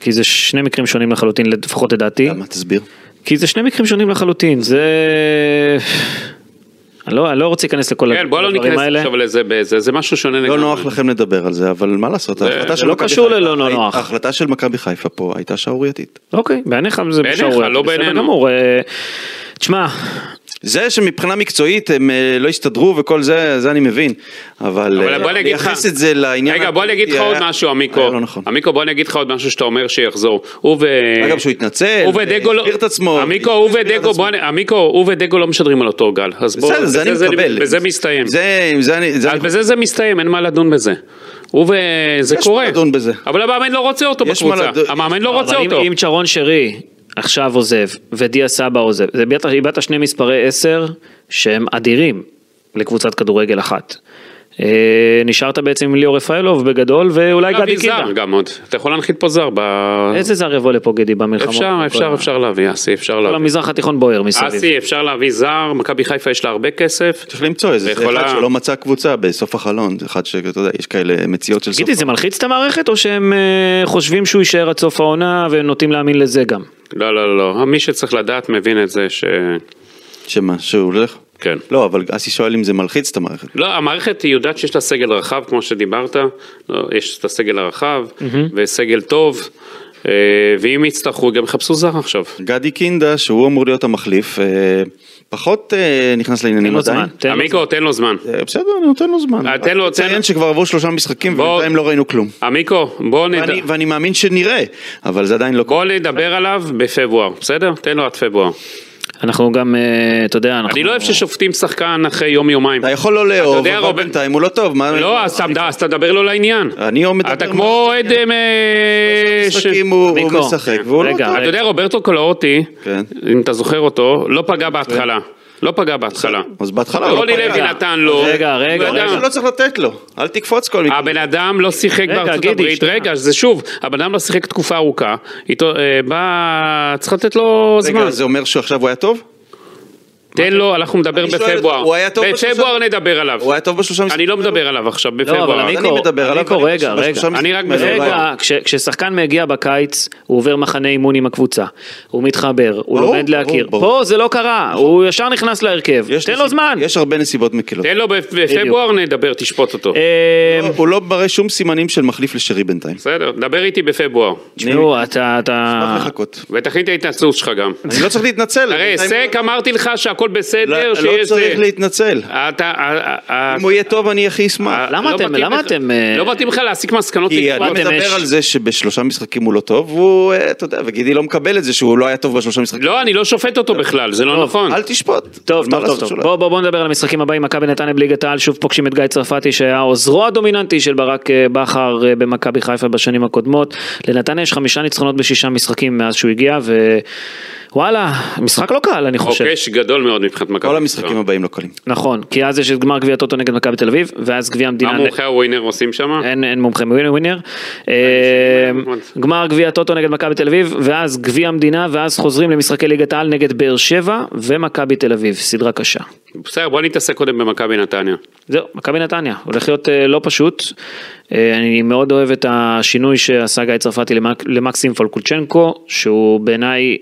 [SPEAKER 2] כי זה שני מקרים שונים לחלוטין, לפחות לדעתי.
[SPEAKER 3] למה? תסביר.
[SPEAKER 2] כי זה שני מקרים שונים לחלוטין, זה... אני לא, אני לא רוצה להיכנס לכל
[SPEAKER 4] כן, בוא לא
[SPEAKER 2] הדברים
[SPEAKER 4] ניכנס
[SPEAKER 2] האלה.
[SPEAKER 4] עכשיו לזה, בזה, זה משהו שונה
[SPEAKER 3] לא נוח לכם לדבר על זה, אבל מה לעשות, ההחלטה
[SPEAKER 4] זה
[SPEAKER 3] של
[SPEAKER 2] לא
[SPEAKER 3] מכבי
[SPEAKER 2] קשור
[SPEAKER 3] חיפה-
[SPEAKER 2] ללא נוח.
[SPEAKER 3] ההחלטה של מכבי חיפה פה הייתה שערורייתית.
[SPEAKER 2] אוקיי, בעיניך זה
[SPEAKER 4] בעיניך,
[SPEAKER 2] שערורייה,
[SPEAKER 4] לא
[SPEAKER 2] בסדר
[SPEAKER 4] בעינינו.
[SPEAKER 2] גמור. אה, תשמע,
[SPEAKER 3] זה שמבחינה מקצועית הם אה, לא הסתדרו וכל זה, זה אני מבין, אבל
[SPEAKER 4] אבל
[SPEAKER 3] אה,
[SPEAKER 4] בוא אני אגיד לך-
[SPEAKER 3] לייחס את זה לעניין...
[SPEAKER 4] רגע, בוא אני אגיד לך
[SPEAKER 3] הפוליטי
[SPEAKER 4] עוד
[SPEAKER 3] היה-
[SPEAKER 4] משהו,
[SPEAKER 3] היה
[SPEAKER 4] עמיקו.
[SPEAKER 3] לא נכון.
[SPEAKER 4] עמיקו, בוא אני אגיד לך עוד משהו שאתה אומר שיחזור. הוא ו...
[SPEAKER 3] אגב, שהוא התנצל, אה,
[SPEAKER 4] הוא ודגו לא...
[SPEAKER 3] הסביר את עצמו.
[SPEAKER 4] עמיקו, הוא
[SPEAKER 3] הסביר את
[SPEAKER 4] ודגו,
[SPEAKER 3] עצמו.
[SPEAKER 4] בוא... אני- עמיקו, הוא ודגו לא משדרים על אותו גל. אז בוא...
[SPEAKER 3] בסדר, זה אני
[SPEAKER 4] בזה
[SPEAKER 3] מקבל.
[SPEAKER 4] בזה מסתיים.
[SPEAKER 3] זה, זה אני... זה
[SPEAKER 4] אז
[SPEAKER 3] אני-
[SPEAKER 4] בזה זה מסתיים, אין מה לדון בזה. הוא ו... זה
[SPEAKER 3] יש
[SPEAKER 4] קורה.
[SPEAKER 3] מה לדון בזה.
[SPEAKER 4] אבל המאמן לא רוצה אותו
[SPEAKER 3] יש מה
[SPEAKER 4] בקבוצה.
[SPEAKER 3] לדון-
[SPEAKER 4] המאמן לא רוצה
[SPEAKER 2] אבל אם,
[SPEAKER 4] אותו.
[SPEAKER 2] אם צ'רון שרי עכשיו עוזב, ודיה סבא עוזב, זה איבדת- איבדת שני מספרי עשר שהם אדירים לקבוצת כדורגל אחת. אה, נשארת בעצם עם ליאור רפאלוב בגדול, ואולי גדי
[SPEAKER 4] להביא
[SPEAKER 2] קידה.
[SPEAKER 4] זר גם עוד, אתה יכול להנחית פה זר, ב...
[SPEAKER 2] איזה זר יבוא לפה גדי במלחמות?
[SPEAKER 4] אפשר, אפשר, אפשר להביא, אסי, אפשר
[SPEAKER 2] כל
[SPEAKER 4] להביא.
[SPEAKER 2] המזרח התיכון בוער מסביב.
[SPEAKER 4] אסי, אפשר להביא זר, מכבי חיפה יש לה הרבה כסף.
[SPEAKER 3] צריך למצוא איזה
[SPEAKER 4] ויכולה-
[SPEAKER 3] אחד שלא מצא קבוצה בסוף החלון, זה אחד שאתה יודע, יש כאלה מציאות של סוף.
[SPEAKER 2] גידי, זה מלחיץ את המערכת, או שהם אה, חושבים שהוא יישאר עד סוף העונה, ונוטים להאמין לזה גם?
[SPEAKER 4] לא, לא, לא, מי שצריך לדעת מבין את זה ש...
[SPEAKER 3] שמה, שהוא הולך?
[SPEAKER 4] כן.
[SPEAKER 3] לא, אבל אסי שואל אם זה מלחיץ את המערכת.
[SPEAKER 4] לא, המערכת היא יודעת שיש לה סגל רחב, כמו שדיברת, לא, יש את הסגל הרחב, וסגל טוב, אה, ואם יצטרכו, גם יחפשו זר עכשיו.
[SPEAKER 3] גדי קינדה, שהוא אמור להיות המחליף, אה, פחות אה, נכנס לעניינים
[SPEAKER 2] לו
[SPEAKER 3] עדיין.
[SPEAKER 2] זמן. תן לו
[SPEAKER 4] עמיקו, תן לו זמן.
[SPEAKER 3] אה, בסדר, אני נותן לו זמן.
[SPEAKER 4] אה, תן לו,
[SPEAKER 3] רק
[SPEAKER 4] תן לו.
[SPEAKER 3] תציין שכבר עברו שלושה משחקים
[SPEAKER 4] בוא.
[SPEAKER 3] ובינתיים לא ראינו כלום.
[SPEAKER 4] עמיקו, בוא נדע.
[SPEAKER 3] ואני- ואני מאמין שנראה, אבל זה עדיין לא...
[SPEAKER 4] בוא נדבר עליו בפברואר, בסדר? תן לו עד פברואר.
[SPEAKER 2] אנחנו גם, אה, אתה יודע, אנחנו...
[SPEAKER 4] אני לא אוהב ששופטים שחקן אחרי יום-יומיים.
[SPEAKER 3] אתה יכול לא לאהוב,
[SPEAKER 4] יודע,
[SPEAKER 3] אבל
[SPEAKER 4] רוברט-
[SPEAKER 3] בינתיים הוא לא טוב. מה-
[SPEAKER 4] לא, אז אתה- אז אתה מדבר לא לעניין.
[SPEAKER 3] אני עומד...
[SPEAKER 4] אתה כמו אוהד... אה, מ- ש-
[SPEAKER 3] משחקים הוא הוא
[SPEAKER 2] ניקו.
[SPEAKER 3] משחק, והוא לא
[SPEAKER 2] רגע,
[SPEAKER 3] טוב.
[SPEAKER 4] אתה יודע, רוברטו קולאוטי,
[SPEAKER 3] כן.
[SPEAKER 4] אם אתה זוכר אותו, לא פגע בהתחלה. לא פגע בהתחלה.
[SPEAKER 3] אז בהתחלה הוא לא
[SPEAKER 4] רוני
[SPEAKER 3] פגע. לא
[SPEAKER 4] לוי נתן לו.
[SPEAKER 2] רגע, רגע,
[SPEAKER 4] הוא
[SPEAKER 3] אני
[SPEAKER 4] אדם-
[SPEAKER 3] חושב שלא צריך לתת לו, אל תקפוץ כל מקום.
[SPEAKER 4] הבן אדם לא שיחק
[SPEAKER 2] רגע,
[SPEAKER 4] בארצות
[SPEAKER 2] גידי,
[SPEAKER 4] הברית,
[SPEAKER 2] שנייה.
[SPEAKER 4] רגע, זה שוב, הבן אדם לא שיחק תקופה ארוכה, איתו, אה, בא, צריך לתת לו זמן,
[SPEAKER 3] רגע, זה אומר שעכשיו הוא היה טוב?
[SPEAKER 4] תן לו, אנחנו נדבר
[SPEAKER 3] אני שואל אותו,
[SPEAKER 4] בפברואר,
[SPEAKER 3] הוא היה טוב
[SPEAKER 4] בפברואר
[SPEAKER 3] בשלושה-
[SPEAKER 4] נדבר עליו,
[SPEAKER 3] הוא היה טוב בשלושה משחקים?
[SPEAKER 4] אני לא מדבר עליו עכשיו,
[SPEAKER 2] לא, אבל
[SPEAKER 4] בפברואר,
[SPEAKER 3] אני
[SPEAKER 2] עמיקו,
[SPEAKER 3] מדבר עליו,
[SPEAKER 2] עמיקו,
[SPEAKER 3] אבל
[SPEAKER 2] רגע,
[SPEAKER 3] בשלושה
[SPEAKER 2] רגע,
[SPEAKER 3] משחקים
[SPEAKER 4] אני רק
[SPEAKER 3] האלה הוא לא היה
[SPEAKER 4] ברגע.
[SPEAKER 2] רגע, כש- כששחקן מגיע בקיץ, הוא עובר מחנה אימון עם הקבוצה, הוא מתחבר, הוא
[SPEAKER 3] ברור,
[SPEAKER 2] לומד
[SPEAKER 3] ברור,
[SPEAKER 2] להכיר.
[SPEAKER 3] ברור. נכון.
[SPEAKER 2] פה זה לא קרה, הוא ישר נכנס להרכב.
[SPEAKER 3] יש
[SPEAKER 2] תן לו
[SPEAKER 3] נסיב-
[SPEAKER 2] זמן.
[SPEAKER 3] יש הרבה נסיבות מקלות.
[SPEAKER 4] תן לו בפברואר נדבר, תשפוט אותו,
[SPEAKER 2] אה,
[SPEAKER 3] הוא אה. לא מראה שום סימנים של מחליף לשרי בינתיים.
[SPEAKER 4] בסדר, דבר איתי בפברואר,
[SPEAKER 2] תשמעו, אתה...
[SPEAKER 3] אשמח
[SPEAKER 2] אתה-
[SPEAKER 3] לחכות.
[SPEAKER 4] ותכין את ההתנצלות שלך גם,
[SPEAKER 3] אני לא צריך להתנצל.
[SPEAKER 4] תראה,
[SPEAKER 3] בינתיים-
[SPEAKER 4] היסק אמרתי לך שהכל בסדר,
[SPEAKER 3] לא- לא
[SPEAKER 4] שיש זה,
[SPEAKER 3] צריך להתנצל.
[SPEAKER 4] אתה, אה, אה,
[SPEAKER 3] אם הוא יהיה טוב אני הכי
[SPEAKER 4] אה,
[SPEAKER 3] אשמח.
[SPEAKER 2] למה
[SPEAKER 4] לא
[SPEAKER 2] אתם-
[SPEAKER 4] מתאים
[SPEAKER 2] למה
[SPEAKER 4] לך-
[SPEAKER 2] אתם, אה,
[SPEAKER 4] לא מתאים לך להסיק מסקנות,
[SPEAKER 3] כי
[SPEAKER 4] מכאן.
[SPEAKER 3] אני
[SPEAKER 2] אתם אש.
[SPEAKER 3] מדבר על זה שבשלושה משחקים הוא לא טוב, והוא, אה, אתה יודע, וגידי לא מקבל את זה שהוא לא היה טוב בשלושה משחקים.
[SPEAKER 4] לא, אני לא שופט אותו בכלל, זה לא נכון.
[SPEAKER 3] אל תשפוט.
[SPEAKER 2] טוב,
[SPEAKER 3] מה
[SPEAKER 2] טוב,
[SPEAKER 3] לעשות
[SPEAKER 2] טוב, טוב.
[SPEAKER 3] שהוא לא-
[SPEAKER 2] בואו בוא, בוא נדבר על המשחקים הבאים. מכבי נתניה בליגת העל, שוב פוגשים את גיא צרפתי, שהיה עוזרו הדומיננטי של ברק אה, בכר אה, במכבי חיפה בשנים הקודמות. לנתניה יש חמישה ניצחונות בשישה משחקים מאז שהוא הגיע, ווואלה, משחק לא קל, אני
[SPEAKER 3] אוקיי,
[SPEAKER 2] חושב.
[SPEAKER 4] מוקש גדול מאוד מבחינת מכבי.
[SPEAKER 3] כל המשחקים הבאים לא קלים.
[SPEAKER 2] נכון, כי אז יש את גמר גביע טוטו נגד מכבי תל אביב, ואז גביע
[SPEAKER 4] מה
[SPEAKER 2] המדינה...
[SPEAKER 4] מומחי הווינר עושים שם?
[SPEAKER 2] אין, אין מומחה מווינר ווינר. אה,
[SPEAKER 4] נכון.
[SPEAKER 2] גמר גביע טוטו נגד מכבי תל אביב, ואז גביע המדינה, ואז חוזרים למשחקי ליגת העל נגד באר שבע ומכבי תל אביב, סדרה קשה.
[SPEAKER 4] בסדר, בוא נתעסק קודם במכבי נתניה.
[SPEAKER 2] זהו, מכבי נתניה, הולך להיות אה, לא פשוט. אה, אני מאוד אוהב את השינוי שעשה גיא צרפתי למק, למקסים פולקוצ'נקו, שהוא בעיניי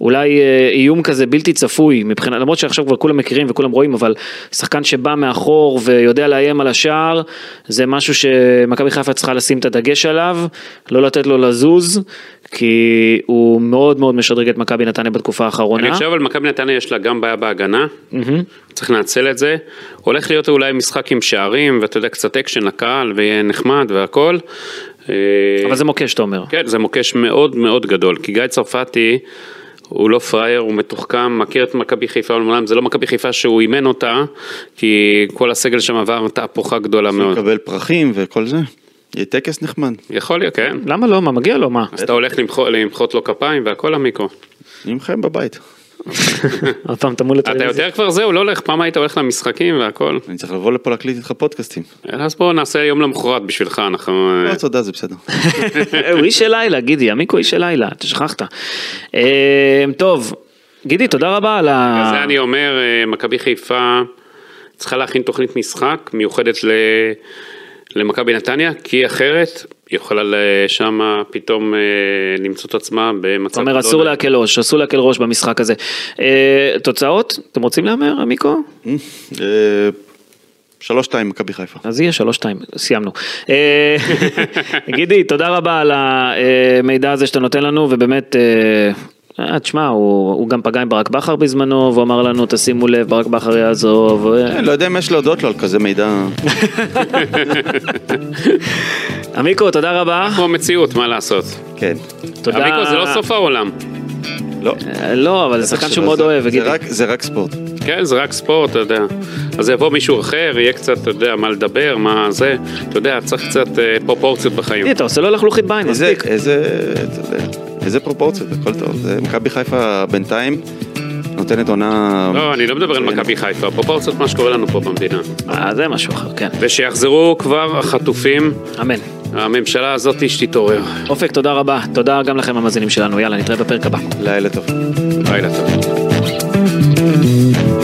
[SPEAKER 2] אולי אה, איום כזה בלתי צפוי, מבחינה, למרות שעכשיו כבר כולם מכירים וכולם רואים, אבל שחקן שבא מאחור ויודע לאיים על השער, זה משהו שמכבי חיפה צריכה לשים את הדגש עליו, לא לתת לו לזוז, כי הוא מאוד מאוד משדרג את מכבי נתניה בתקופה האחרונה.
[SPEAKER 4] אני חושב על מכבי נתניה יש לה גם בעיה בהגנה, צריך לנצל את זה. הולך להיות אולי משחק עם שערים, ואתה יודע, קצת אקשן לקהל, ויהיה נחמד והכל. אה,
[SPEAKER 2] אבל זה מוקש, אתה אומר.
[SPEAKER 4] כן, זה מוקש מאוד מאוד גדול, כי גיא צרפתי... הוא לא פראייר, הוא מתוחכם, מכיר את מכבי חיפה לעולם, זה לא מכבי חיפה שהוא אימן אותה, כי כל הסגל שם עבר תהפוכה גדולה מאוד.
[SPEAKER 3] לקבל פרחים וכל זה. יהיה טקס נחמד.
[SPEAKER 4] יכול להיות, כן.
[SPEAKER 2] למה לא? מה, מגיע לו? מה?
[SPEAKER 4] אז אתה הולך למחוא- למחוא לו כפיים והכל עמיקו.
[SPEAKER 3] אני מכם בבית.
[SPEAKER 2] עוד פעם, אתה מול
[SPEAKER 4] אתה
[SPEAKER 2] הטלוויזיה.
[SPEAKER 4] יותר כבר זהו, לא הולך, פעם היית הולך למשחקים והכל.
[SPEAKER 3] אני צריך לבוא לפה להקליט איתך פודקאסטים.
[SPEAKER 4] כן, אז בואו נעשה יום למחרת בשבילך, אנחנו... אה,
[SPEAKER 2] אה.
[SPEAKER 3] לא, תודה, זה בסדר.
[SPEAKER 2] הוא איש של לילה, גידי, עמיקו איש של לילה, אתה שכחת. אה, טוב, גידי, תודה רבה על ה...
[SPEAKER 4] זה אני אומר, אה, מכבי חיפה צריכה להכין תוכנית משחק מיוחדת ל... למכבי נתניה, כי אחרת היא יכולה שם פתאום אה, למצוא את עצמה במצב...
[SPEAKER 2] אתה אומר
[SPEAKER 4] לא
[SPEAKER 2] אסור
[SPEAKER 4] נעים.
[SPEAKER 2] להקל ראש, אסור להקל ראש במשחק הזה. אה, תוצאות? אתם רוצים להמר, עמיקו?
[SPEAKER 3] אה, שלוש שתיים מכבי חיפה.
[SPEAKER 2] אז יהיה שלוש שתיים, סיימנו. אה, גידי, תודה רבה על המידע הזה שאתה נותן לנו, ובאמת... אה, אה, תשמע, הוא, הוא גם פגע עם ברק בכר בזמנו, והוא אמר לנו, תשימו לב, ברק בכר יעזוב. אה,
[SPEAKER 3] אני לא יודע אם יש להודות לו על כזה מידע.
[SPEAKER 2] עמיקו, תודה רבה.
[SPEAKER 4] כמו המציאות, מה לעשות?
[SPEAKER 3] כן.
[SPEAKER 2] תודה.
[SPEAKER 4] נכון. עמיקו, זה לא סוף העולם.
[SPEAKER 3] לא.
[SPEAKER 2] אה, לא, אבל זה שחקן שהוא מאוד
[SPEAKER 3] זה-
[SPEAKER 2] אוהב,
[SPEAKER 3] זה
[SPEAKER 2] גידי.
[SPEAKER 3] רק- זה רק ספורט.
[SPEAKER 4] כן, זה רק ספורט, אתה יודע. אז יבוא מישהו אחר, יהיה קצת, אתה יודע, מה לדבר, מה זה. אתה יודע, צריך קצת אה, פרופורציות בחיים.
[SPEAKER 2] תראי, אתה עושה לו לחלוכית בעין,
[SPEAKER 3] איזה,
[SPEAKER 2] מספיק.
[SPEAKER 3] איזה, אתה יודע, איזה פרופורציות, הכל טוב. זה מכבי חיפה בינתיים, נותנת עונה...
[SPEAKER 4] לא, אני לא מדבר על מכבי חיפה, פרופורציות מה שקורה לנו פה במדינה.
[SPEAKER 2] אה, זה משהו אחר, כן.
[SPEAKER 4] ושיחזרו כבר החטופים,
[SPEAKER 2] אמן.
[SPEAKER 4] הממשלה הזאת שתתעורר.
[SPEAKER 2] אופק, תודה רבה. תודה גם לכם המאזינים שלנו. יאללה, נתראה בפרק הבא.
[SPEAKER 3] לילה טוב.
[SPEAKER 4] לילה טוב.